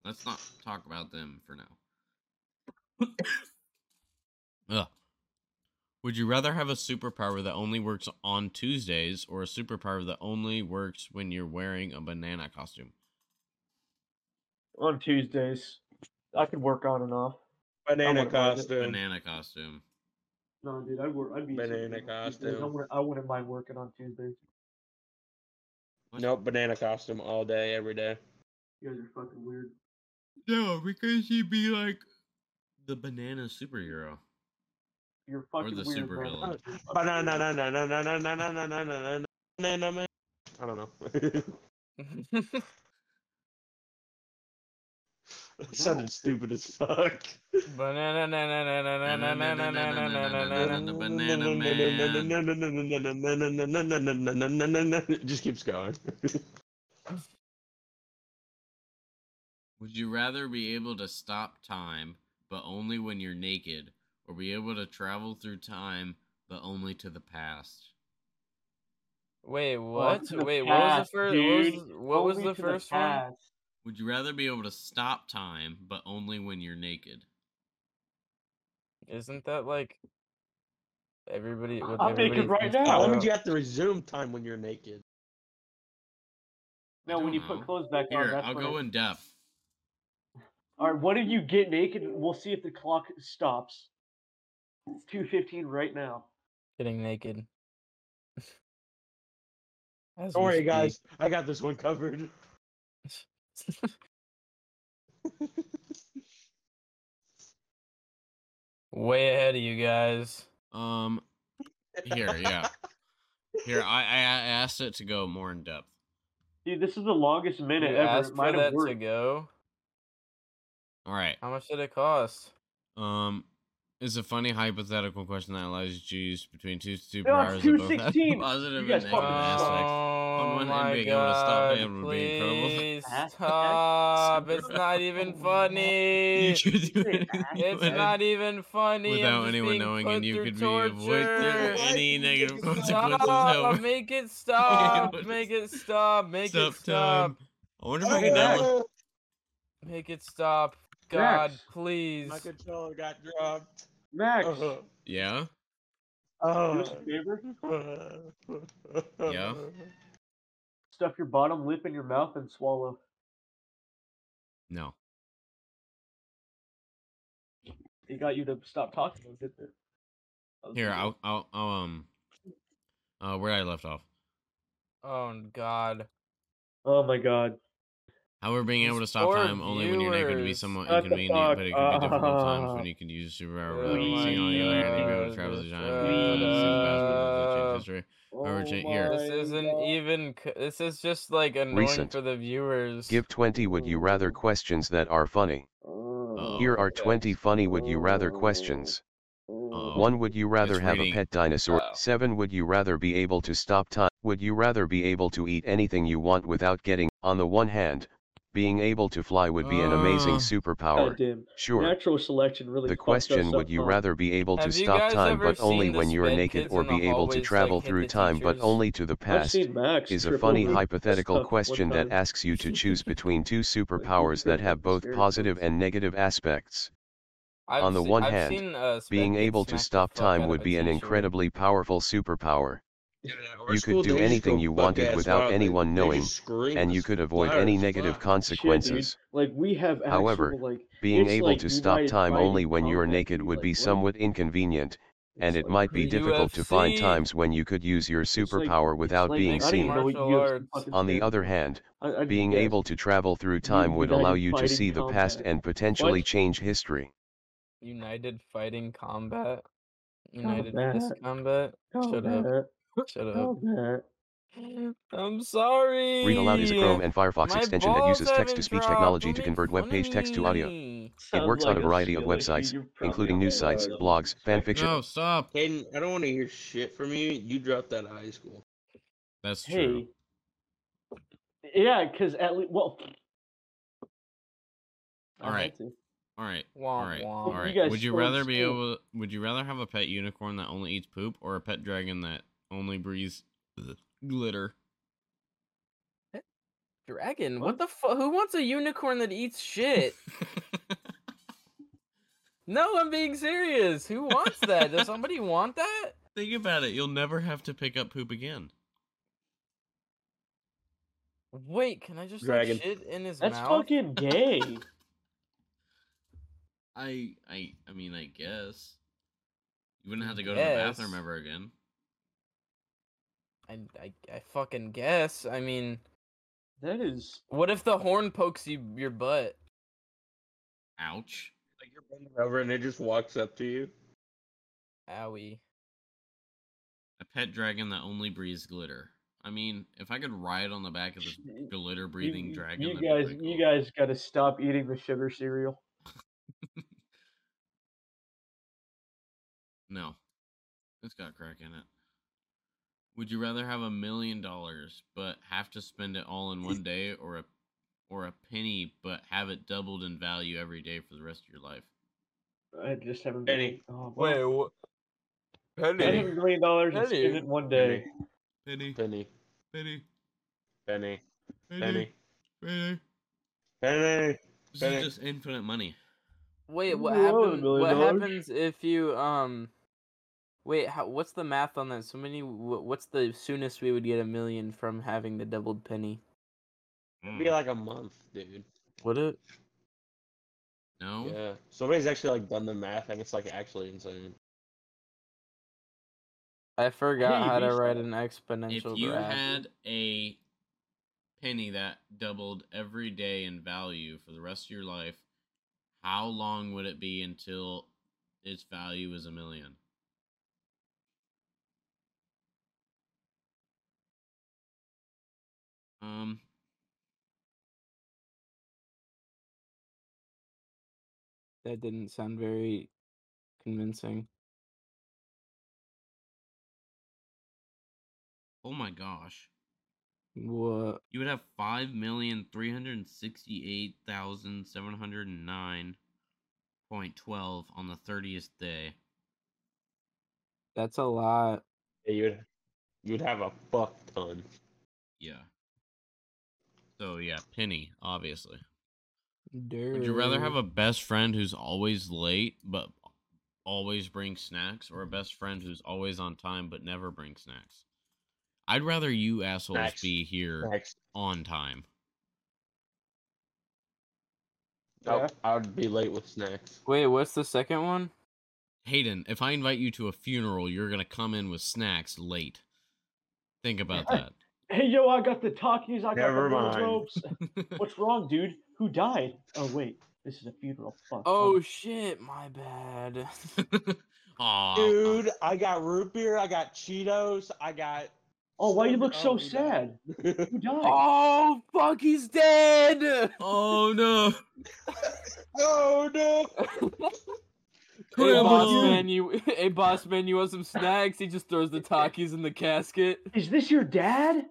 A: Let's not talk about them for now. *coughs* Ugh. Would you rather have a superpower that only works on Tuesdays or a superpower that only works when you're wearing a banana costume?
D: on Tuesdays. I could work on and off.
C: Banana
D: wanna buy this.
C: costume.
A: Banana costume.
D: No, dude, I'd work. I'd be so
C: Banana
D: good on Tuesdays. I
C: costume.
D: wouldn't, I wouldn't mind working on Tuesdays.
A: What?
C: Nope, banana costume all day, every day.
D: You guys are fucking weird.
A: No, because she'd be like the banana superhero.
D: You're fucking
A: the
D: weird. bro.
A: supervillain.
D: I'm just-
C: Banana, na, na, na, na, na, na, na, na, na, na, na, na, na, I don't know. *laughs* that sounded stupid as fuck.
B: Banana na na na na na na na na na na na na na.
A: the banana man.
C: It just keeps *laughs* going.
A: Would you rather be able to stop time, but only when you're naked, or be able to travel through time, but only to the past?
B: Wait, what?
D: to the
B: Wait, what was
D: past,
B: the first?
D: dude.
B: What was, what was
D: Only
B: the
D: to
B: first one?
D: past.
A: Would you rather be able to stop time, but only when you're naked?
B: Isn't that like everybody? what
D: I'm naked
B: everybody
D: right
B: thinks
D: now.
C: Why
B: about?
C: would you have to resume time when you're naked?
A: I
D: No, when
A: don't
D: you
A: know.
D: put clothes back on,
A: Here,
D: Oh, that's
A: I'll
D: when
A: go
D: it-
A: in depth.
D: All right, one of you get naked. and We'll see if the clock stops. It's two fifteen right now.
B: getting naked? *laughs* As
C: Don't
B: we
C: worry,
B: speak.
C: guys. I got this one covered.
B: Way ahead of you guys.
A: Um, here, yeah, here. I, I I asked it to go more in depth.
D: Dude, this is the longest minute
B: You
D: ever.
B: asked
D: It
B: for
D: might
B: that
D: have
B: to
D: worked.
B: go.
A: All right.
B: How much did it cost?
A: Um, it's a funny hypothetical question that allows you to choose between two
D: No,
A: superpowers that both have *laughs*
D: it's 216.
A: positive and
D: You guys
A: negative
D: fucking
A: aspects.
B: Oh
A: Someone
B: my
A: being able to stop
B: god!
A: him would be *laughs* incredible.
B: Please
D: Aspects? *laughs*
B: stop! It's
A: *laughs*
B: not even funny.
A: You could do
D: say
A: it
D: that.
B: Oh,
A: *laughs*
B: It's
A: anyway.
B: not even funny. I'm
A: without
B: just
A: anyone
B: being
A: knowing,
B: put
A: and you
B: through
A: could be
B: torture.
A: avoid through *laughs*
C: Why
A: any
C: did you
A: negative
C: think it's not-
A: consequences.
B: Stop!
A: *laughs* however.
B: Make it stop!
A: It
B: Make it stop! Make it
A: Stop
B: stop!
A: time. I wonder if I can download.
B: Make it stop! God,
D: Rex.
B: please!
C: *laughs* My controller got dropped.
B: *laughs*
D: Max,
C: *laughs* Uh-huh.
A: Yeah.
C: Uh,
D: do us a favor.
A: Yeah.
D: Stuff your bottom lip in your mouth and swallow.
A: No.
D: It got you to stop talking. though, didn't it? That was
A: Here,
D: good.
A: I'll, I'll, I'll um, uh, where I left off.
B: Oh God!
D: Oh my god.
A: However, being
B: These
A: able to stop
B: poor
A: time only when you're naked would be
B: viewers.
A: somewhat
D: What the
A: inconvenient, but it could be difficult times
D: fuck?
A: when you can use a superpower
B: Oh
A: without using
D: my
A: all your energy to be able to
B: God,
A: travel through
B: shut
A: time. because it's in the past, but it doesn't change
B: up.
A: history.
D: Oh
A: Or Jane- here.
B: This e-
D: my
B: isn't
D: God.
B: even. c- This is just like annoying
E: Recent.
B: for the viewers.
E: Give 20 would you rather questions that are funny.
D: Oh,
E: Here are
D: okay.
E: 20 funny would you rather questions.
D: Oh.
B: Oh,
A: Uh-oh.
E: 1 Would you rather
A: It's
E: have
A: reading.
E: a pet dinosaur?
B: Wow.
E: 7 Would you rather be able to stop time? Would you rather be able to eat anything you want without getting? On the one hand, being able to fly would be an amazing
B: Oh.
A: Ah.
E: superpower.
D: God damn.
E: Sure.
D: Natural selection really.
E: The
D: fucked us
E: question
D: up,
E: would you
D: huh?
E: rather be able to
B: Have you
E: stop
B: guys
E: time
B: ever
E: but only
B: seen the
E: when you're
B: sped
E: naked
B: kids
E: or
B: in the
E: be able to
B: hallways,
E: travel
B: like, hit
E: through
B: the
E: time but
B: teachers?
E: only to the
D: I've
E: past?
D: seen Max
E: Is a
D: trip
E: funny
D: over
E: hypothetical
D: stuff one
E: question that
D: time.
E: asks you
D: *laughs*
E: to choose between two superpowers
D: very
E: that have both
D: serious
E: positive
D: ones.
E: and negative aspects.
B: I've
E: On the
B: se-
E: one
B: I've
E: hand,
B: seen, uh, Sped
E: Being
B: Kids
E: able to
B: smack the
E: stop
B: fuck out
E: time
B: of
E: would
B: a
E: be an
B: teacher.
E: incredibly powerful superpower,
C: Our
E: You could
C: school
E: do
C: days
E: anything
C: go
E: you wanted
C: buck-ass
E: without
C: wild. They-
E: anyone
C: they
E: knowing,
C: just scream
E: and
C: the
E: you could avoid
C: fire
E: any
C: as
E: negative
C: fuck.
E: consequences.
D: Like we have. Actual,
E: However,
D: like,
E: Being
D: it's
E: able
D: like
E: to
D: you
E: stop
D: might
E: time
D: find
E: only
D: it
E: when you're
D: complex,
E: naked
D: be
E: would
D: like,
E: be
D: what?
E: somewhat inconvenient, and
D: It's
E: it
D: like
E: might be
D: crazy.
E: difficult to find
B: UFC.
E: times when you could use your
D: It's like-
E: superpower
D: it's
E: without
D: like-
E: being
D: I don't even
E: seen.
D: know what
B: Martial
D: UFC
B: arts.
D: fucking
E: On the
D: is.
E: other hand,
D: I- I'd
E: being
D: guess.
E: able to travel through time would
D: united
E: allow you to
D: fighting
E: see the past
D: combat.
E: and potentially
D: What?
E: change history.
B: United Fighting Combat. United
D: that.
B: Fist Combat. Shut up.
D: Combat,
B: Shut up.
D: combat.
B: I'm sorry.
E: Read Aloud is a Chrome and Firefox
B: My
E: extension that
B: balls
E: uses text-to-speech
B: haven't
E: technology
B: dropped.
E: to
B: Don't
E: convert
B: make
E: web
B: fun
E: page
B: of
E: text to audio,
B: me.
D: Sounds
E: works on a
D: like
E: variety of
D: skill issue.
E: websites,
D: You're probably
E: including news
D: right.
E: sites, blogs, fan fiction.
A: No, stop.
C: Caden, I don't want to hear shit from you. You dropped out of high school.
A: That's true.
D: Hey. Yeah, because at least well. I
A: All
D: had
A: right.
D: to.
A: All right. All
B: Womp
A: right.
B: womp.
A: All
D: You
A: right.
D: guys
A: would you
D: stole
A: rather be
D: school.
A: able? Would you rather have a pet unicorn that only eats poop or a pet dragon that only breathes glitter?
B: Dragon? What the fuck? Who wants a unicorn that eats *laughs* shit? No, I'm being serious. Who wants that? Does somebody want that?
A: *laughs* Think about it. You'll never have to pick up poop again.
B: Wait, can I just like,
C: Dragon.
B: shit in his
D: That's
B: mouth?
D: fucking gay.
A: I I I mean I guess. You wouldn't have to go to the bathroom
B: Guess.
A: ever again.
B: I, I, I fucking guess. I mean,
D: That is.
B: what if the horn pokes you your butt?
A: Ouch.
C: Like you're bending over and it just walks up to you.
B: Owie.
A: A pet dragon that only breathes glitter. I mean, if I could ride on the back of
D: *laughs*
A: this glitter breathing
D: you,
A: dragon,
D: You
A: that'd be
D: guys,
A: pretty
D: you
A: cool.
D: guys got to stop eating the sugar cereal.
A: No. It's got crack in it. Would you rather have a million dollars but have to spend it all in
D: *laughs*
A: one day or a or a penny but have it doubled in value every day for the rest of your life?
D: I just haven't.
C: Benny.
D: Oh,
B: Wait,
D: well,
B: what?
D: I have a million dollars and
B: Benny.
D: spend it in one day.
A: Penny,
C: Penny,
A: penny,
C: Penny,
A: penny,
C: Penny,
A: penny. penny.
C: Mm-hmm. Penny.
A: This
C: Penny.
A: is just infinite money.
B: Wait, what
D: You owe a
B: happens?
D: million
B: What
D: dollars.
B: happens if you um? Wait, how, what's the math on that? So many. wh- What's the soonest we would get a million from having the doubled penny?
A: Mm.
C: Be like a month, dude.
B: Would it?
A: no?
C: Yeah. Somebody's actually like done the math and it's like actually insane.
B: I forgot
D: Hey,
B: how to
D: these-
B: write an
A: If
B: exponential
A: you
B: graph.
A: had a penny that doubled every day in value for the rest of your life, how long would it be until its value is a million? Um,
B: That didn't sound very convincing.
A: oh my gosh.
B: What?
A: You would have five million three hundred and sixty-eight thousand seven hundred and nine point twelve on the thirtieth day.
B: That's a lot.
C: Yeah, you'd you'd have a fuck ton.
A: Yeah. So yeah, Penny, obviously.
B: Dude.
A: Would you rather have a best friend who's always late but always brings snacks, or a best friend who's always on time but never brings snacks? I'd rather you assholes
C: Snacks.
A: be here
C: Next.
A: on time.
C: Oh, I would be late with snacks.
B: Wait, what's the second one?
A: Hayden, if I invite you to a funeral, you're gonna come in with snacks late.
C: *laughs*
A: Think about that. *laughs*
D: Hey, yo, I got the talkies. I
C: Never
D: got
C: mind.
D: the ropes. What's wrong, dude? Who died? Oh wait, this is a funeral. Fuck.
B: Oh shit, my bad. *laughs*
A: Aw,
C: Dude, I got root beer, I got Cheetos, I got *laughs*
D: Oh, why you look
C: Oh,
D: so
C: who died?
D: sad? Who died?
B: oh fuck, he's dead.
A: Oh no.
C: oh no!
B: Hey
A: Grandma.
B: boss man, you hey boss man, you want some snacks? He just throws the Takis in the casket.
D: Is this your dad?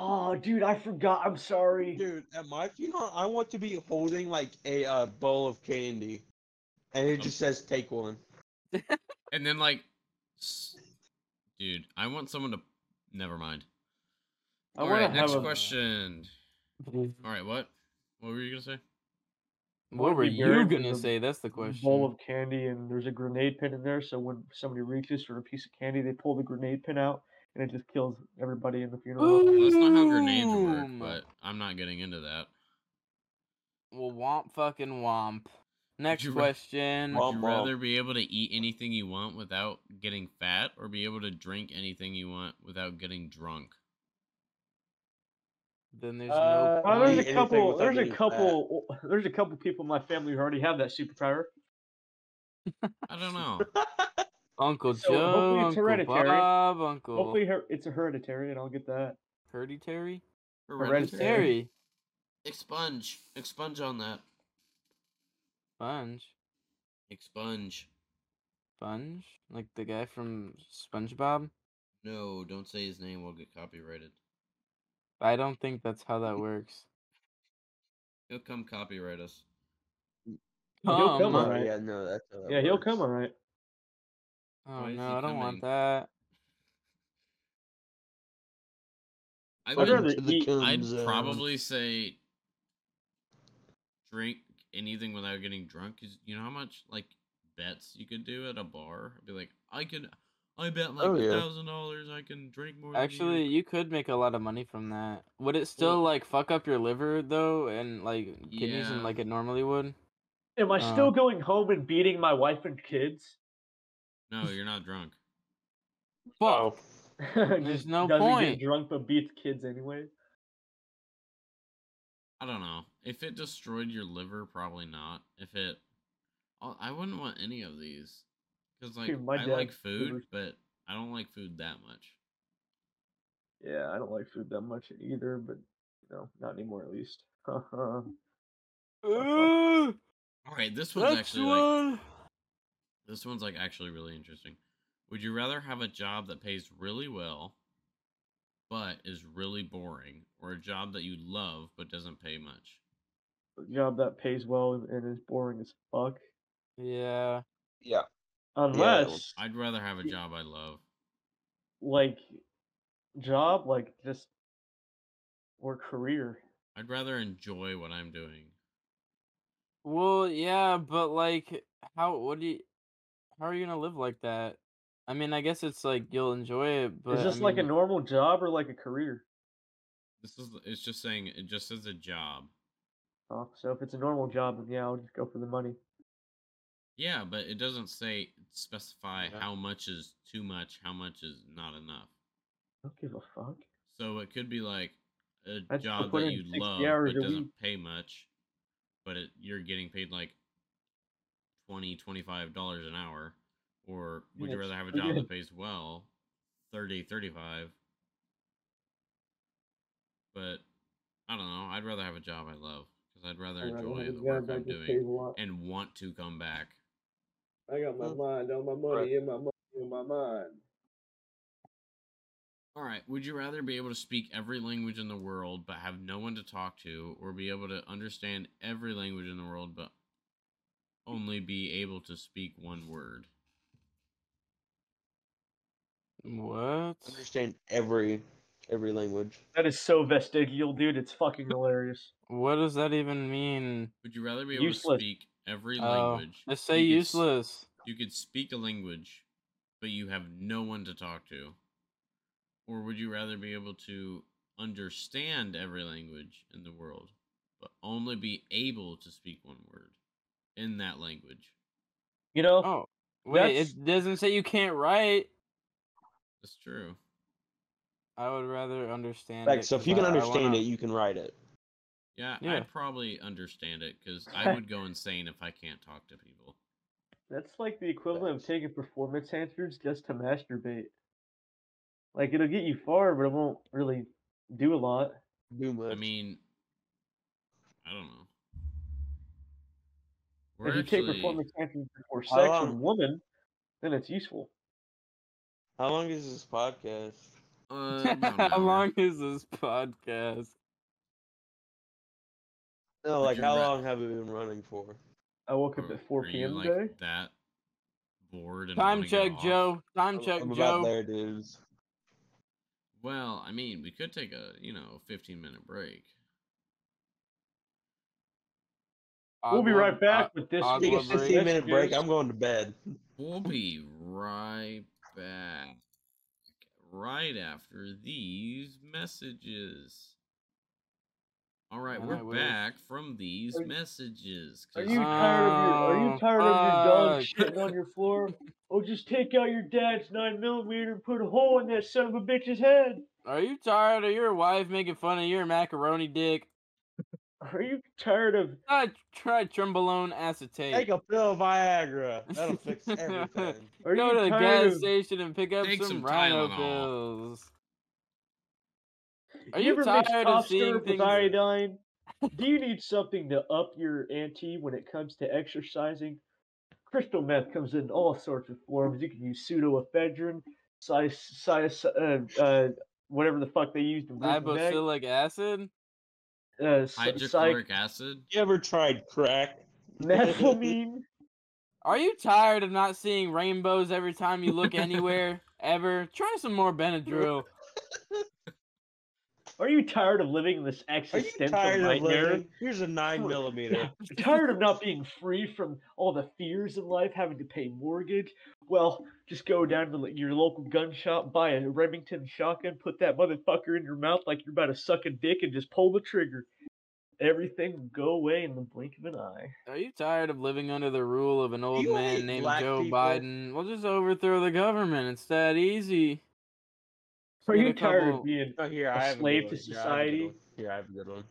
D: Oh, dude, I forgot. I'm sorry.
C: Dude, at my funeral, I want to be holding like a uh, bowl of candy, and it just says "Take one." *laughs*
A: And then like, s- dude, I want someone to. Never mind.
D: I
A: All
D: wanna
A: right, next
D: have a-
A: question. All right, what? What were you gonna say?
B: What were
D: be
B: you
D: buried with
B: gonna
D: a
B: say? That's the question.
D: Bowl of candy, and there's a grenade pin in there. So when somebody reaches for a piece of candy, they pull the grenade pin out, and it just kills everybody in the
A: Well,
D: funeral.
A: that's not how grenades work,
B: Boom.
A: but I'm not getting into that.
B: Well, womp fucking womp. Next
A: you ra-
B: question.
A: Would
C: Womp
A: you
C: womp.
D: Oh.
A: rather be able to eat anything you want without getting fat, or be able to drink anything you want without getting drunk?
B: Then there's
C: Uh,
B: no.
C: Eat
D: Well, there's
B: point.
D: a
C: anything
D: couple.
C: without
D: There's a
C: getting
D: couple. There's a couple people in my family who already have that superpower.
A: I don't
D: *laughs*
A: know.
B: Uncle
D: so
B: Joe,
D: hopefully it's
B: Uncle
D: hereditary.
B: Bob, Uncle
D: Hopefully, her, it's a hereditary, and I'll get that.
B: Hereditary.
D: Hereditary.
B: Terry.
A: Expunge. Expunge on that.
B: Sponge.
A: Expunge.
B: Sponge. Like the guy from SpongeBob.
A: No, don't say his name. We'll get copyrighted.
B: I don't think that's how that works.
A: He'll come copyright us.
D: He'll
B: Um,
D: come
B: uh,
D: all right.
C: Yeah, no, that's how that
D: Yeah, he'll
C: works.
D: come all right.
B: Oh
A: Why is he
B: no, I don't
A: coming?
B: want that.
A: I
D: I'd
A: would,
D: rather
C: To the
D: eat-
C: cum
A: I'd
C: zone.
A: probably say drink anything without getting drunk. Cause you know how much like bets you could do at a bar. I'd be like, I can, I bet like
C: Oh,
A: a
C: yeah.
A: thousand dollars I can drink more. than you."
B: Actually, you could make a lot of money from that. Would it
A: Well-
B: still like fuck up your liver though, and like kidneys,
A: Yeah.
B: and like it normally would?
D: Am I
B: Uh.
D: still going home and beating my wife and kids? *laughs*
A: No, you're not drunk.
C: *laughs*
B: Fuck.
D: There's
B: no point.
D: Get drunk but beats kids anyway.
A: I don't know. If it destroyed your liver, probably not. If it, I I wouldn't want any of these because like
D: Dude, my
A: I like
D: dad's
A: food,
D: liver's-
A: but I don't like food that much.
D: Yeah, I don't like food that much either, but you know, not anymore at least. *laughs*
B: Ooh,
A: All right, this one's
B: next
A: actually like
B: one.
A: This one's like actually really interesting. Would you rather have a job that pays really well but is really boring or a job that you love but doesn't pay much?
D: A job that pays well and- and is boring as fuck.
B: Yeah.
C: Yeah.
D: Unless
A: I'd rather have a job I love.
D: like job, like just or career.
A: I'd rather enjoy what I'm doing.
B: Well, yeah, but like, how? What do you? How are you gonna live like that? I mean, I guess it's like you'll enjoy it, but
D: is this
B: I
D: like a
B: mean-
D: normal job or like a career?
A: This is it's just saying it just says a job.
D: Oh, so if it's a normal job, then yeah, I'll just go for the money.
A: Yeah, but it doesn't say specify
D: Yeah.
A: how much is too much, how much is not enough.
D: I don't give a fuck.
A: So it could be like a
D: I'd still
A: job
D: put
A: that
D: in
A: you
D: 60
A: love
D: hours
A: but
D: a
A: doesn't
D: week.
A: pay much, but it, you're getting paid like 20 dollars an hour. Or would you
D: Yes,
A: rather have a
D: I
A: job
D: did.
A: that pays well, 30 35 But I don't know. I'd rather have a job I love because I'd rather
D: I'd rather
A: enjoy
D: have a
A: the work
D: job that
A: I'm
D: just
A: doing
D: pays a lot.
A: and want to come back.
D: I got my
C: Mm.
D: mind on my money and my money on my mind.
A: All right. Would you rather be able to speak every language in the world but have no one to talk to, or be able to understand every language in the world but only be able to speak one word?
B: What?
C: Understand every every language.
D: That is so vestigial, dude. It's fucking hilarious.
B: What does that even mean?
A: Would you rather be able
D: Useless.
A: to speak every
B: Oh,
A: language?
B: just say
A: You could s-
B: useless.
A: you could speak a language, but you have no one to talk to, or would you rather be able to understand every language in the world but only be able to speak one word in that language?
D: You know,
B: Oh, wait,
D: that's-
B: it doesn't say you can't write.
A: That's true.
B: I would rather understand.
C: Like,
B: it
C: so if
B: 'cause
C: you can
B: I- I
C: understand
B: wanna-
C: it, you can write it.
A: Yeah,
B: Yeah.
A: I'd probably understand it because I
B: *laughs*
A: would go insane if I can't talk to people.
D: that's like the equivalent of taking performance enhancers just to masturbate. Like it'll get you far, but it won't really do a lot.
C: Do much.
A: I mean, I don't know.
D: if
A: We're
D: you take
A: actually,
D: performance enhancers before
C: How
D: sex
C: long-
D: with a woman, then it's useful.
C: how long is this podcast?
B: *laughs*
A: uh, about an
B: how
A: hour.
B: long is this podcast?
C: No,
A: Would
C: like
A: you
C: how
A: ra-
C: long have we been running for?
D: I woke up
A: Or
D: at 4
A: are you
D: p.m.
A: like
D: today.
A: that bored and
B: Time
A: wanna go
B: check,
A: off?
B: Joe. Time check,
C: I'm about
B: Joe.
C: there, dudes.
A: Well, I mean, we could take a you know fifteen minute break.
D: We'll be right
B: Ogwa-
D: back with this.
B: I'd
C: Take a
D: week's
B: love break.
C: 15 minute break.
D: Cheers.
C: I'm going to bed.
A: We'll be right back. Right after these messages. All right,
B: And I
A: we're
B: will-
A: back from these
D: Are-
A: messages.
D: Are
A: 'cause
D: you tired of your Are
B: Oh,
D: you tired of your
B: fuck.
D: dog shitting on your floor? Oh, just take out your dad's nine millimeter and put a hole in that son of a bitch's head.
B: Are you tired of your wife making fun of your macaroni dick?
D: Are you tired of?
B: I try trembolone acetate.
C: Take a pill of Viagra. That'll fix everything.
D: Are
B: Go
D: you
B: to the
D: tired
B: gas
D: of-
B: station and pick up
A: Take
B: some,
A: some
B: rhino
A: Tylenol.
B: pills. Are
D: you
B: you
D: ever mix
B: tired
D: cough
B: of seeing
D: syrup with
B: things? *laughs*
D: iodine? Do you need something to up your ante when it comes to exercising? Crystal meth comes in all sorts of forms. You can use pseudoephedrine, size, size, uh, uh, whatever the fuck they used to Mac,
B: Ribosilic acid?
D: uh, psy- psych,
A: hydrochloric acid?
C: You ever tried *laughs* crack?
B: *laughs*
D: methylamine.
B: Are you tired of not seeing rainbows every time you
D: *laughs*
B: look anywhere? Ever? Try some more Benadryl.
D: Are you tired of living in this
C: Are you
D: existential
C: tired of
D: nightmare?
C: living? Here's a nine *laughs*
D: Look.
C: millimeter.
D: tired of not being free from all the fears in life, having to pay mortgage? Well, just go down to your local gun shop, buy a Remington shotgun, put that motherfucker in your mouth like you're about to suck a dick, and just pull the trigger. everything will go away in the blink of an eye.
B: Are you tired of living under the rule of an old
C: you hate
B: man named
C: black
B: Joe
C: people?
B: Biden? We'll just overthrow the government. It's that easy. Just
D: Are
B: get
D: you
B: a
D: tired
B: couple-
D: of being?
C: Oh, here,
D: A
C: I have a
D: slave
C: good
D: to
C: one. Yeah, I have a good
D: society?
C: one. Here, I have a good one.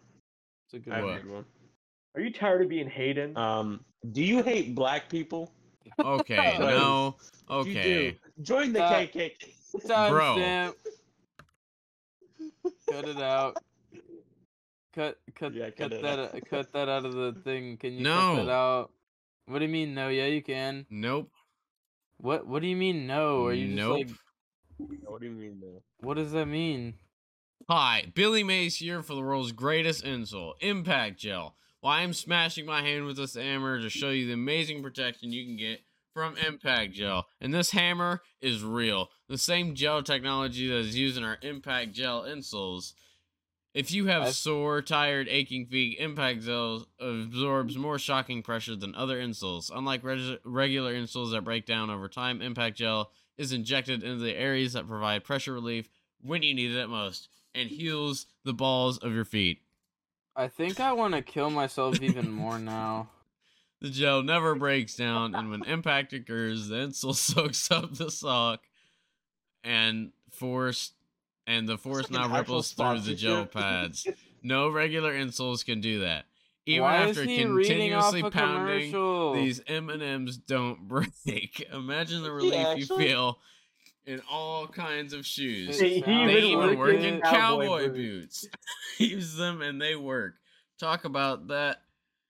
B: It's a good
C: I have
A: What?
C: a good one.
D: Are you tired of being hated?
A: Uh,
C: Um, do you hate black people?
A: Okay,
C: Right.
A: no.
C: You do.
A: Okay.
C: Join the
B: Uh,
C: KKK.
B: Time
A: Bro.
B: stamp. Cut it out. Cut cut
C: Yeah,
B: cut
C: cut it
B: that
C: out.
B: uh, cut that out of the thing. Can you cut that
A: No.
B: out? What do you mean no? Yeah, you can.
A: Nope.
B: What what do you mean no? Are you just
A: nope.
B: like
C: What do you mean, though?
B: what does that mean?
A: Hi, Billy Mays here for the world's greatest insult, Impact Gel. Why I'm smashing my hand with this hammer to show you the amazing protection you can get from Impact Gel. And this hammer is real. The same gel technology that is used in our Impact Gel insoles. If you have
B: I've-
A: sore, tired, aching feet, Impact Gel absorbs more shocking pressure than other insoles. Unlike reg- regular insoles that break down over time, Impact Gel is injected into the areas that provide pressure relief when you need it at most and heals the balls of your feet.
B: I think I want to kill myself even more now.
A: The gel never breaks down, and when impact occurs, the insole *laughs* soaks up the sock, and force, and the force
C: It's like
A: now
C: an actual
A: ripples through the
C: sponsorship.
A: gel
B: *laughs*
C: *laughs*
A: pads. No regular insoles can do that. *laughs* Even
B: Why
A: after
B: is he reading off
A: continuously
B: a
A: pounding,
B: commercial?
A: these M and M's don't *laughs* break. Imagine the
C: Yeah,
A: relief you
C: actually-
A: feel in all kinds of shoes.
D: See, he
B: sounds
A: They even
B: like
A: work
B: it.
A: in cowboy boots. *laughs* Use them and they work. Talk about that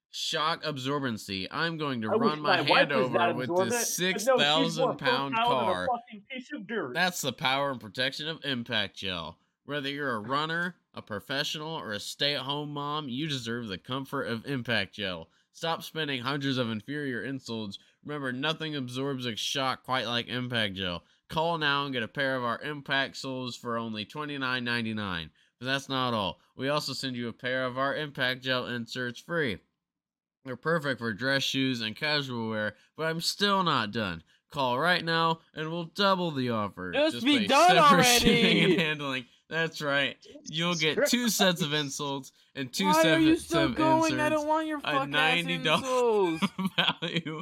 A: shock absorbency. I'm going to
D: I wish
A: run my,
D: wife
A: hand
D: was not
A: over with
D: absorbent,
A: this
D: but no, she's
A: six thousand
D: more
A: pound
D: fertile than a
A: car.
D: fucking piece of dirt.
A: That's the power and protection of Impact Gel. Whether you're a runner, a professional, or a stay at home mom, you deserve the comfort of Impact Gel. Stop spending hundreds of inferior insoles. Remember, nothing absorbs a shock quite like Impact Gel. Call now and get a pair of our Impact Soles for only $29.99. But that's not all. We also send you a pair of our Impact Gel inserts free. They're perfect for dress shoes and casual wear, but I'm still not done. Call right now and we'll double the offer.
B: Just be
A: pay
B: done
A: separate shipping
B: already!
A: and *laughs* handling. That's right. You'll get
C: Christ.
A: two sets of insults and two
B: Why are
A: separate
B: you
A: sets
B: still
A: of
B: going? I
A: inserts
B: don't want your fucking ass
A: $90
B: insoles.
A: *laughs* value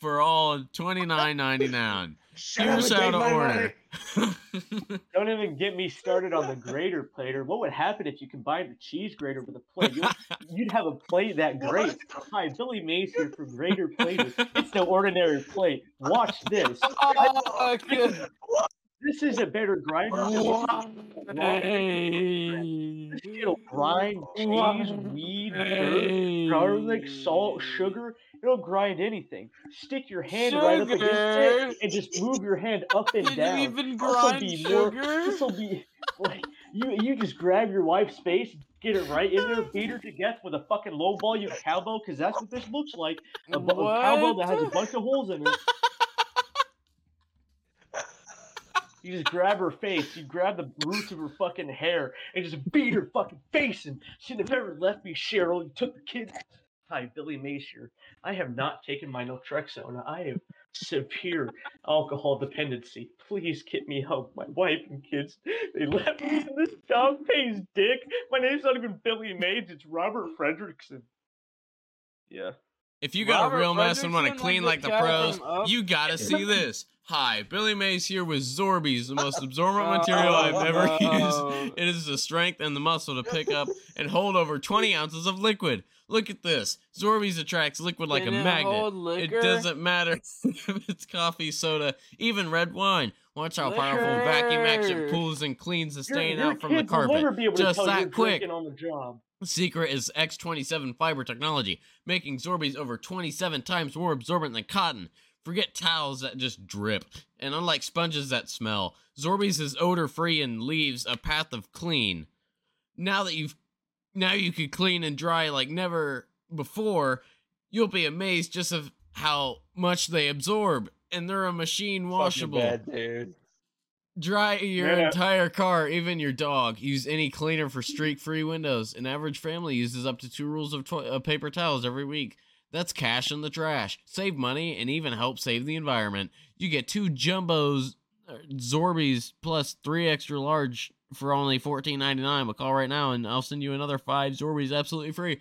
A: for all twenty nine ninety nine. *laughs*
C: Shut up
A: Here's
C: and
A: how
C: take my
A: to order.
D: Don't even get me started on the grater plater. What would happen if you combined the cheese grater with a
B: *laughs*
D: plate? You'd, you'd have a plate that great. Hi, Billy Mays here for Grater Plater. It's no ordinary plate. Watch this.
B: Oh, good.
D: This is a better grinder. than what you use.
B: Hey.
D: This shit'll grind cheese, weed, dirt,
B: Hey.
D: garlic, salt, sugar. It'll grind anything. Stick your hand right up against it
B: Sugar.
D: and just move your hand up and
B: Did
D: down.
B: you even
D: This'll
B: grind
D: be more-
B: sugar?
D: This will be like you. You just grab your wife's face, get it right in there, beat her to death with a fucking low ball, you cowbell, because that's what this looks like. A, bu- a cowbell that has a
B: What?
D: bunch of holes in it. You just grab her face, you grab the roots of her fucking hair, and just beat her fucking face. And she never left me, Cheryl. You took the kids. Hi, Billy Mays here. I have not taken my naltrexone. I have severe alcohol dependency. Please get me help. My wife and kids, they left me in this dog pays dick. My name's not even Billy Mays, it's Robert Fredrickson. Yeah.
A: If you got
B: Robert
A: a real mess and want to
B: Fredrickson
A: clean
B: was
A: like
B: the
A: the
B: guy
A: pros,
B: from Up?
A: you gotta see this. Hi, Billy Mays here with Zorbies, the
B: *laughs*
A: most absorbent material
B: Oh,
A: I've ever *laughs* used.
B: no.
A: It is the strength and the muscle to pick up and hold over 20 ounces of liquid. Look at this. Zorbies attracts liquid like a
B: Can it
A: magnet.
B: hold
A: It
B: liquor?
A: doesn't
B: *laughs*
A: matter *laughs* if it's coffee, soda, even red wine. Watch how powerful vacuum action
B: Liquor.
A: pulls and cleans the
D: Your-
A: stain
D: your
A: out from the
D: kids will never
A: carpet.
D: be able to
A: Just
D: tell
A: that
D: you're
A: quick.
D: drinking on the job.
A: Secret is X27 fiber technology, making Zorbies over 27 times more absorbent than cotton. Forget towels that just drip, and unlike sponges that smell, Zorbies is odor free and leaves a path of clean. Now that you've now you can clean and dry like never before, you'll be amazed just of how much they absorb, and they're a machine washable.
C: Bad, dude.
A: Dry your
D: Yeah.
A: entire car, even your dog. Use any cleaner for streak-free windows. An average family uses up to two rolls of to- uh, paper towels every week. That's cash in the trash. Save money and even help save the environment. You get two jumbos, uh, Zorbies, plus three extra large for only fourteen ninety nine. But call right now and I'll send you another five Zorbies absolutely free.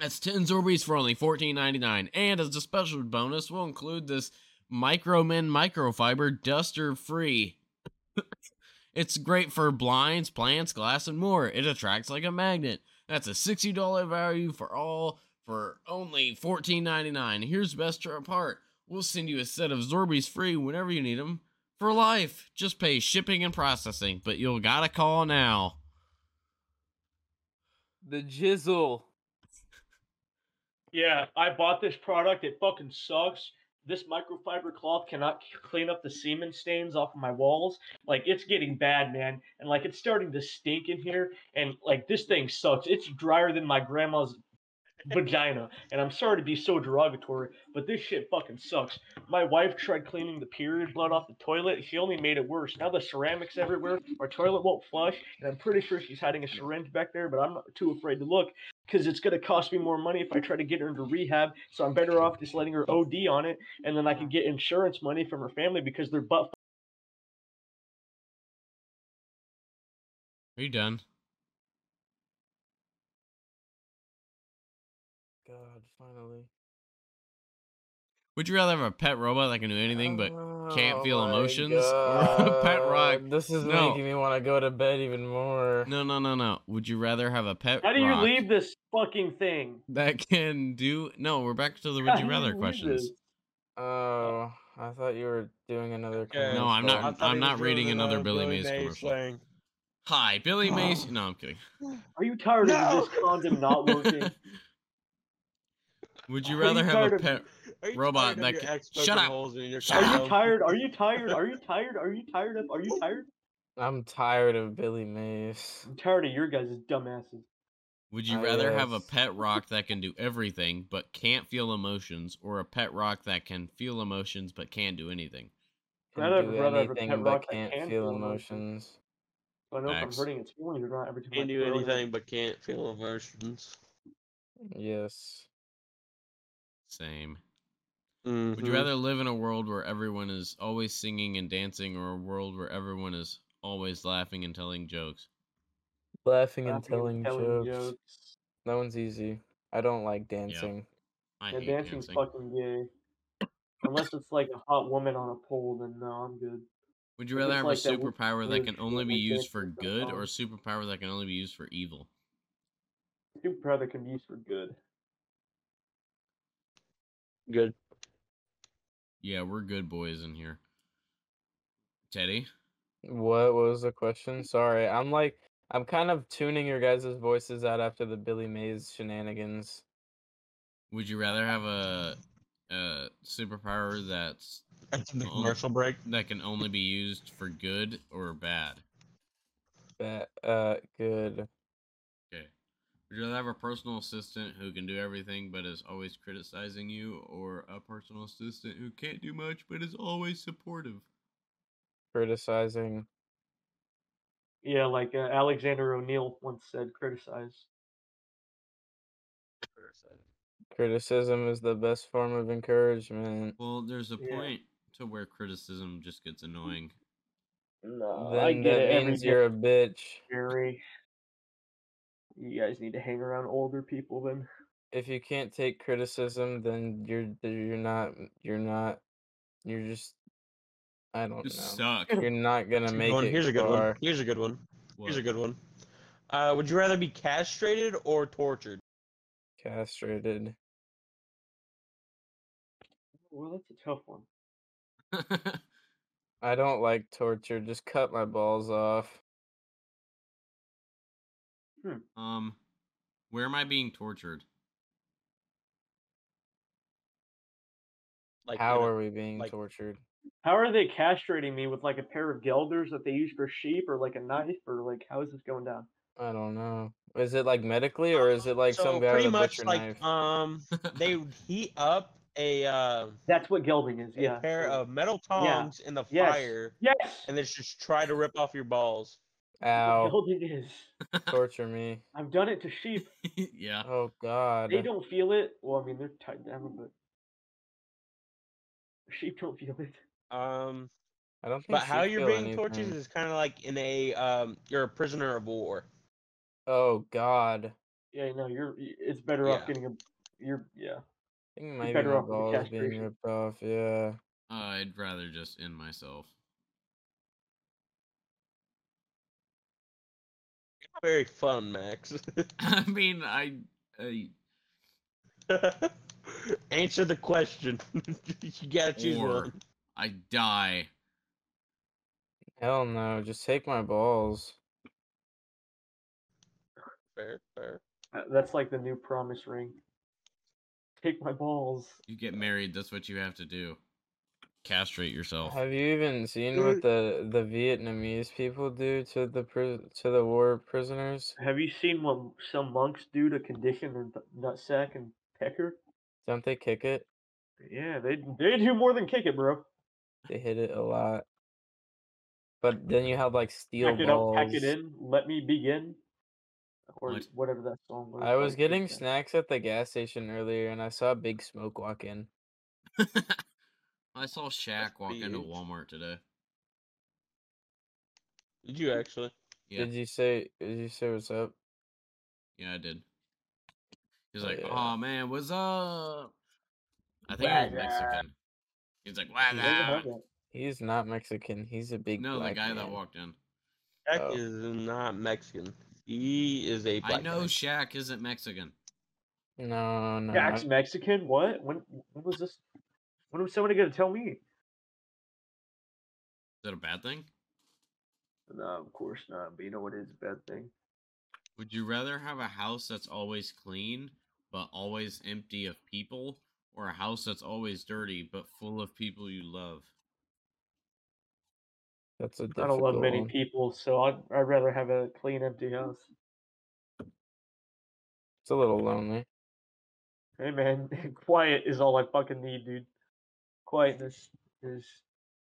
A: That's 10 Zorbies for only $14.99. And as a special bonus, we'll include this Micromin microfiber duster free. it's great for blinds, plants, glass, and more. It attracts like a magnet. That's a $60 value for all for only $14.99. Here's the best part we'll send you a set of Zorbies free whenever you need them for life. Just pay shipping and processing, but you'll gotta call now.
B: The jizzle.
D: Yeah, I bought this product. It fucking sucks. This microfiber cloth cannot c- clean up the semen stains off of my walls. Like it's getting bad, man, and like it's starting to stink in here. And like this thing sucks. It's drier than my grandma's vagina. And I'm sorry to be so derogatory, but this shit fucking sucks. My wife tried cleaning the period blood off the toilet. She only made it worse. Now the ceramics everywhere. Our toilet won't flush, and I'm pretty sure she's hiding a syringe back there, but I'm not too afraid to look because it's going to cost me more money if I try to get her into rehab. So I'm better off just letting her OD on it, and then I can get insurance money from her family because they're butt.
A: Are you done?
B: God, finally.
A: Would you rather have a pet robot that can do anything
D: Uh,
A: but can't feel
B: Oh my
A: emotions, *laughs* or a pet rock?
B: God, This is
A: No.
B: making me want to go to bed even more.
A: no, no, no, no. Would you rather have a pet
D: How do you
A: rock
D: leave this fucking thing?
A: that can do? No, we're back to the
D: *laughs* How
A: would
D: do
A: you rather
D: leave
A: questions.
D: this?
B: Oh, I thought you were doing another.
C: Okay.
A: No, I'm
C: I
A: not.
C: thought
A: I'm
C: he
A: not
C: was
A: reading
C: doing
A: another
C: another
A: Billy Mays commercial.
C: thing.
A: Hi, Billy Mays. No, I'm kidding.
D: Are you tired
C: No!
D: of this condom not working?
A: *laughs* Would
D: *laughs*
A: you
D: Are you
A: rather have
D: tired
A: a
D: of-
A: pet?
C: Are you
A: Robot
C: tired of
A: that
C: your
A: can-
C: ex
A: Shut
C: poking
A: up.
C: holes in your
A: Shut
D: Are you
C: condom?
D: tired? Are you tired? Are you tired? Are you tired of? Are you tired?
B: I'm tired of Billy Mays.
D: I'm tired of your guys' dumbasses.
A: Would you
B: I
A: rather have a
B: guess.
A: pet rock that can do everything but can't feel emotions, or a pet rock that can feel emotions but can't do anything?
B: Can
D: Rather-
B: do
D: rather have a
B: anything
D: pet rock
B: but
D: that
B: can't
D: can
B: feel
D: feel
B: emotions.
D: emotions. So I know
A: Facts.
D: if I'm hurting its feelings or not every time.
C: Can't
D: I
C: do
D: throw it in.
C: anything but can't feel emotions.
B: Yes.
A: Same.
C: Mm-hmm.
A: Would you
D: Mm-hmm.
A: rather live in a world where everyone is always singing and dancing, or a world where everyone is always laughing and telling jokes?
B: Laughing and telling,
D: Laughing
B: jokes. That one's easy. I don't like dancing.
A: I
D: Yeah,
A: hate
D: dancing's
A: dancing.
D: fucking gay. Unless it's like a hot woman on a pole, then no, I'm good.
A: Would you
D: It's
A: rather have
D: like
A: a
D: that one
A: superpower that
D: weird
A: can
D: shit
A: only be
D: like
A: used
D: dancing
A: for
D: stuff
A: good, or a
D: on.
A: superpower that can only be used for evil?
D: Superpower can be used for good.
C: Good.
A: Yeah, we're good boys in here. Teddy,
B: What was the
D: Mm.
B: question? Sorry. I'm like I'm kind of tuning your guys' voices out after the Billy Mays shenanigans.
A: would you rather have a, a superpower that's
C: That's the
A: Oh.
C: commercial break.
A: that can only be used for good or bad?
B: That uh good.
A: Okay. Would you rather have a personal assistant who can do everything but is always criticizing you, or a personal assistant who can't do much but is always supportive?
B: Criticizing.
D: Yeah, like uh, Alexander O'Neill once said, criticize.
B: Criticism is the best form of encouragement.
A: Well, there's a
D: Yeah.
A: point to where criticism just gets annoying.
D: No, Oh, I
B: then
D: get
B: that
D: it every
B: means
D: day.
B: you're a bitch.
D: Jerry. You guys need to hang around older people then.
B: If you can't take criticism, then you're you're not mm, you're not you're just I don't
A: You
B: know.
A: suck.
B: You're
C: *laughs*
B: not gonna
C: Good
B: make
C: one.
B: it.
C: Here's a good one.
B: far.
C: Here's a good one. Here's a
A: What?
C: good one. Uh, would you rather be castrated or tortured?
B: Castrated.
D: Well, that's a tough one.
B: I don't like torture. Just cut my balls off.
A: *laughs* um, where am I being tortured?
C: Like in
B: How
C: a-
B: are we being
C: like-
B: tortured?
D: How are they castrating me with like a pair of gelders that they use for sheep or like a knife or like how is this going down?
B: I don't know. Is it like medically or is it like
C: Uh, so
B: some guy with
C: pretty
B: a
C: much
B: butcher
C: like
B: knife?
C: um *laughs* they would heat up a uh,
D: That's what gelding is,
C: a
D: yeah.
C: pair
D: so-
C: of metal
D: Yeah.
C: tongs in the
D: Yes.
C: fire
D: Yes.
C: and then just try to rip off your balls.
D: What
B: Ow!
D: gelding is.
B: torture me.
D: I've done it to sheep.
A: *laughs* yeah.
B: Oh God.
D: They don't feel it. Well, I mean they're tied down, but sheep don't feel it.
C: Um,
B: I don't think.
C: but how
B: sheep
C: you're
B: feel
C: being tortured
B: anything.
C: is kind of like in a um, you're a prisoner of war.
B: Oh God.
D: Yeah, no, you're. It's better
A: Yeah.
D: off getting a. You're yeah.
B: I think maybe
D: better
B: my
D: off with the
B: balls
D: cash
B: being
D: version.
B: ripped off. Yeah.
A: I'd rather just end myself. *laughs*
C: Very fun, Max. *laughs*
A: I mean, I, I
C: *laughs* Answer the question. *laughs* you gotta choose
A: Or-
C: one.
A: I die.
B: Hell no. Just take my balls.
C: Fair, fair.
D: Uh, That's like the new promise ring. Take my balls.
A: You get married. That's what you have to do. Castrate yourself.
B: Have you even seen
C: Dude.
B: what the the Vietnamese people do to the pri- to the war prisoners?
D: Have you seen what m- some monks do to condition their th- nutsack and pecker?
B: Don't they kick it?
D: Yeah, they they do more than kick it, bro.
B: They hit it a lot. But then you have like steel
D: Pack it up,
B: balls.
D: pack it in. Let me begin, or
A: Like-
D: whatever that song was.
B: I was
D: by
B: getting
D: 50 Cent.
B: snacks at the gas station earlier, and I saw Big Smoke walk in.
A: I saw Shaq walk into
C: BH.
A: Walmart today.
C: Did you actually?
A: Yeah,
B: Did you say? Did you say what's up?
A: yeah, I did. He's
B: Oh,
A: like,
B: yeah.
A: "Oh man, what's up?" I think he was
D: Wagga.
A: Mexican. He's like,
D: He doesn't have
A: "Wow."
D: that.
B: He's not Mexican. He's a big
A: No, the
B: black
A: guy that
B: man.
A: walked in.
C: Shaq
B: Oh.
C: is not Mexican. He is a black
A: I know
C: guy.
A: Shaq isn't Mexican.
B: No, no.
D: Jack's
B: I-
D: Mexican. What? When when was this? When was somebody gonna tell me?
A: Is that a bad thing?
D: No, of course not. But you know what is a bad thing?
A: Would you rather have a house that's always clean but always empty of people, or a house that's always dirty but full of people you love?
B: That's a
D: I
B: difficult
D: don't love many
B: one.
D: people, so I'd, I'd rather have a clean, empty house.
B: It's a little lonely.
D: Hey, man, *laughs* quiet is all I fucking need, dude. Quietness is.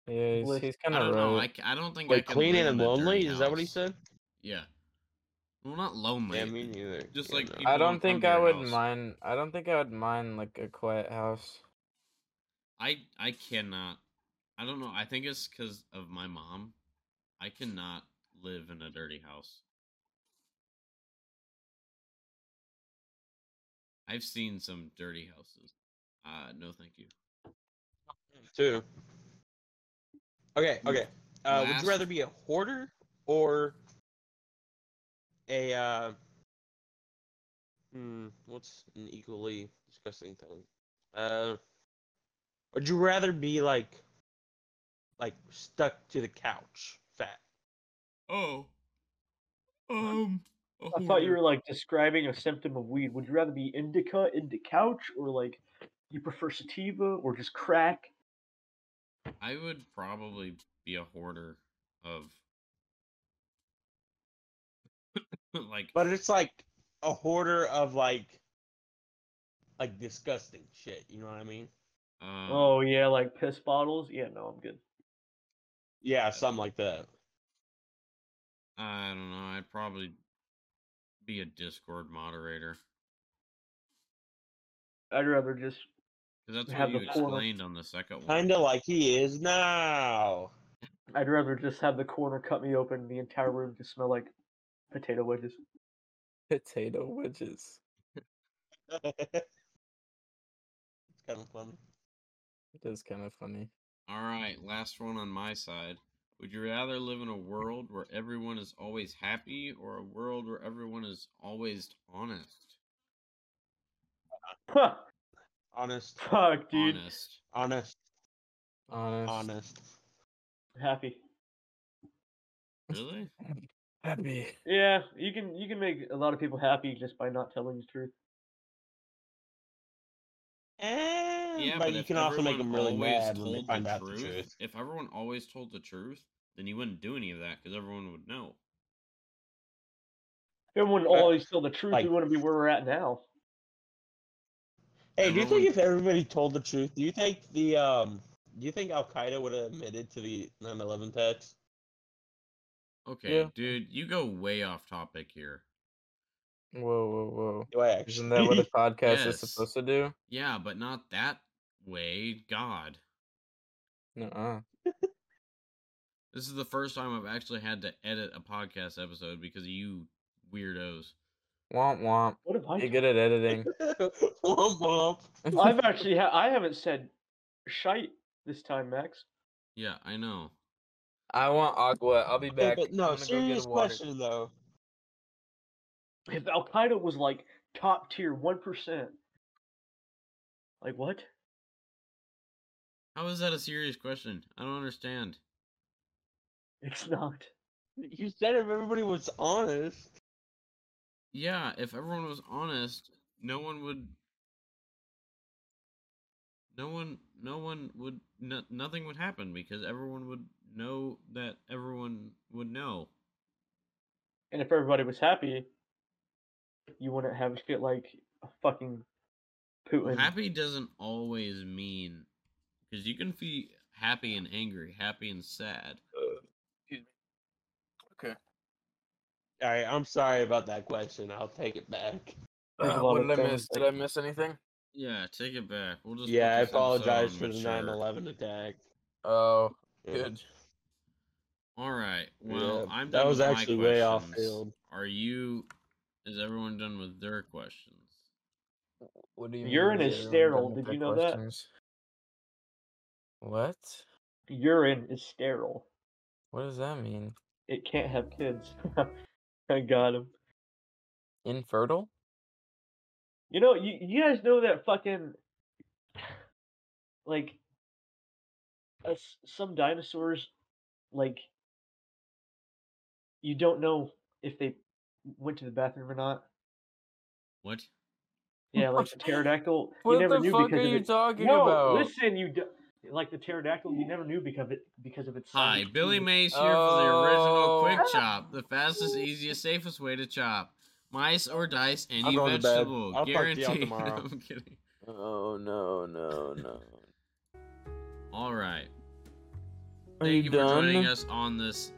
B: Yeah, he's,
D: Bliss.
B: he's
A: I
B: kind
A: don't
B: of
A: know.
B: rogue.
A: I, c- I don't think I
C: Wait,
A: can
C: clean
A: live in
C: and
A: a dirty
C: lonely? Is that what he
A: house.
C: said?
A: Yeah. Well, not lonely.
C: Yeah, me neither.
A: Just
C: Yeah,
A: like
C: no.
A: people
B: I
A: don't
B: don't
A: come
B: think
A: to
B: I
A: your
B: would
A: house.
B: mind. I don't think I would mind like a quiet house. *laughs*
A: I I cannot. I don't know. I think it's because of my mom. I cannot live in a dirty house. I've seen some dirty houses. Uh, no, thank you.
C: Two. Okay, okay. Uh, would
A: Last-
C: you rather be a hoarder or a uh, hmm, what's an equally disgusting thing? Uh, would you rather be like like stuck to the couch, fat?
A: Oh. Um.
D: I thought you were like describing a symptom of weed. Would you rather be indica, into couch, or like you prefer sativa or just crack?
A: I would probably be a hoarder of. *laughs* like
C: But it's like a hoarder of like like disgusting shit. You know what I mean?
A: um,
D: Oh yeah, like piss bottles. Yeah, no, I'm good.
C: Yeah, something like that.
A: I don't know. I'd probably be a Discord moderator
D: I'd rather just.
A: because that's
D: Have
A: what you
D: the portal.
A: explained on the second one.
C: Kinda like he is now.
D: I'd rather just have the corner cut me open, and the entire room just smell like potato wedges. *laughs*
B: Potato wedges.
C: it's kind of funny.
B: It is kind of funny.
A: All right, last one on my side. Would you rather live in a world where everyone is always happy or a world where everyone is always honest?
D: Huh,
C: Honest,
D: fuck, dude.
A: Honest.
C: honest,
B: Honest.
C: honest.
D: Happy.
A: Really?
B: Happy.
D: Yeah, you can you can make a lot of people happy just by not telling the truth.
C: And,
A: Yeah,
C: but,
A: but
C: you
A: if
C: can also make
A: everyone
C: them really
A: always
C: mad when they
A: told
C: find
A: the
C: out
A: truth,
C: the truth.
A: If everyone always told the truth, then you wouldn't do any of that because everyone would know.
D: Everyone
C: Right.
D: always tell the truth.
C: Like-
D: we want to be where we're at now.
C: Hey, do you think
A: Everyone-
C: if everybody told the truth, do you think the um, do you think Al Qaeda would have admitted to the 9/11 attacks?
A: Okay,
B: Yeah.
A: dude, you go way off topic here.
B: Whoa, whoa, whoa.
C: Do I actually?
B: Isn't that
C: *laughs*
B: what a podcast is
A: Yes.
B: supposed to do?
A: Yeah, but not that way. God.
B: No.
A: This is the first time I've actually had to edit a podcast episode because of you weirdos.
B: Womp womp.
D: What have I
B: Get good at
C: *laughs*
B: editing.
C: womp womp.
D: done? *laughs* I've actually ha- I haven't said shite this time, Max.
A: Yeah, I know.
B: *laughs* I want agua. I'll be
C: Okay,
B: back.
C: but
B: I'm
C: no,
B: gonna go get a
C: serious
B: water.
C: question though.
D: If Al Qaeda was like top tier one percent, like what? *laughs*
A: How is that a serious question? I don't understand.
D: It's not.
C: You said if everybody was honest.
A: Yeah, if everyone was honest, no one would. No one, no one would. No, nothing would happen because everyone would know that everyone would know.
D: And if everybody was happy, you wouldn't have shit like a fucking Putin.
A: Happy doesn't always mean because you can be happy and angry, happy and sad.
C: All right, I'm sorry about that question. I'll take it back.
D: There's a
B: Uh,
D: lot
B: what
D: of
B: did I
D: things
B: miss? Did
D: like-
B: I miss anything?
A: Yeah, take it back. We'll just put
C: Yeah, I
A: this episode on
C: apologize for the
A: mature.
C: 9/11 attack.
B: Oh,
C: Yeah.
B: good.
A: All right. Well,
C: Yeah,
A: I'm
C: that
A: done
C: was
A: with
C: actually
A: my
C: way off
A: questions.
C: field.
A: Are you? Is everyone done with their questions?
B: What do you?
D: Urine
B: mean
D: is
B: everyone
D: sterile,
B: done with
D: did
B: their
D: you know that?
B: questions? What?
D: Urine is sterile.
B: What does that mean?
D: It can't have kids. *laughs* I got him.
B: Infertile?
D: You know, you, you guys know that fucking like uh, s- some dinosaurs like you don't know if they went to the bathroom or not.
A: What?
D: Yeah,
B: *laughs*
D: like the pterodactyl, you
B: What
D: never
B: the
D: knew
B: fuck
D: because
B: are
D: of
B: you
D: it.
B: talking
D: no,
B: about?
D: listen, you d like the pterodactyl, you never knew because of it because of its
A: Hi,
D: size.
A: Billy
D: You-
A: Mays here for the original Quick
B: Oh.
A: Chop, the fastest, easiest, safest way to chop mice or dice
C: I'm
A: any
C: going to bed.
A: vegetable.
C: I'll talk to y'all
A: Guaranteed.
C: tomorrow.
A: *laughs* I'm kidding.
B: Oh no no no.
A: All right.
B: Are
A: Thank
B: you
A: you for joining
B: done?
A: us on this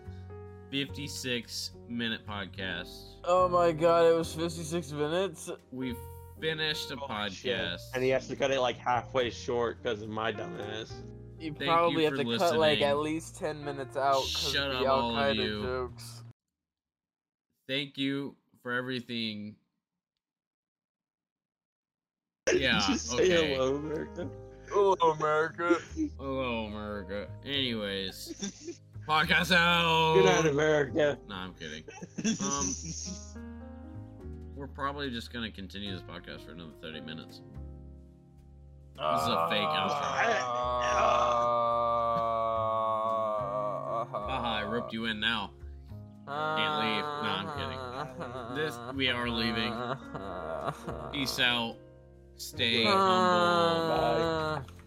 A: 56 minute podcast.
B: Oh my god, it was 56 minutes.
A: We finished a
C: Holy Oh, shit. e-
A: podcast.
C: And he has to cut it like halfway short because of my dumbass.
B: You
A: you
B: probably have
A: for
B: to cut like at
A: listening.
B: least 10 minutes out because
A: Shut
B: the
A: up,
B: Al
A: all of
B: Qaeda
A: you.
B: jokes.
A: Thank you for
C: *laughs*
A: everything. Yeah,
C: Just *laughs*
A: okay.
C: say hello, America.
B: Hello, America.
A: Hello, America.
C: *laughs*
A: Anyways, podcast out.
C: Good night, America.
A: No, I'm kidding. um,
C: *laughs*
A: We're probably just gonna continue this podcast for another 30 minutes. This is a fake
B: Ah.
A: Haha, I roped you in now. Can't leave. No, I'm
B: kidding.
A: This- we are uh, leaving. Peace out. Stay
C: Yeah.
A: humble.
C: Bye.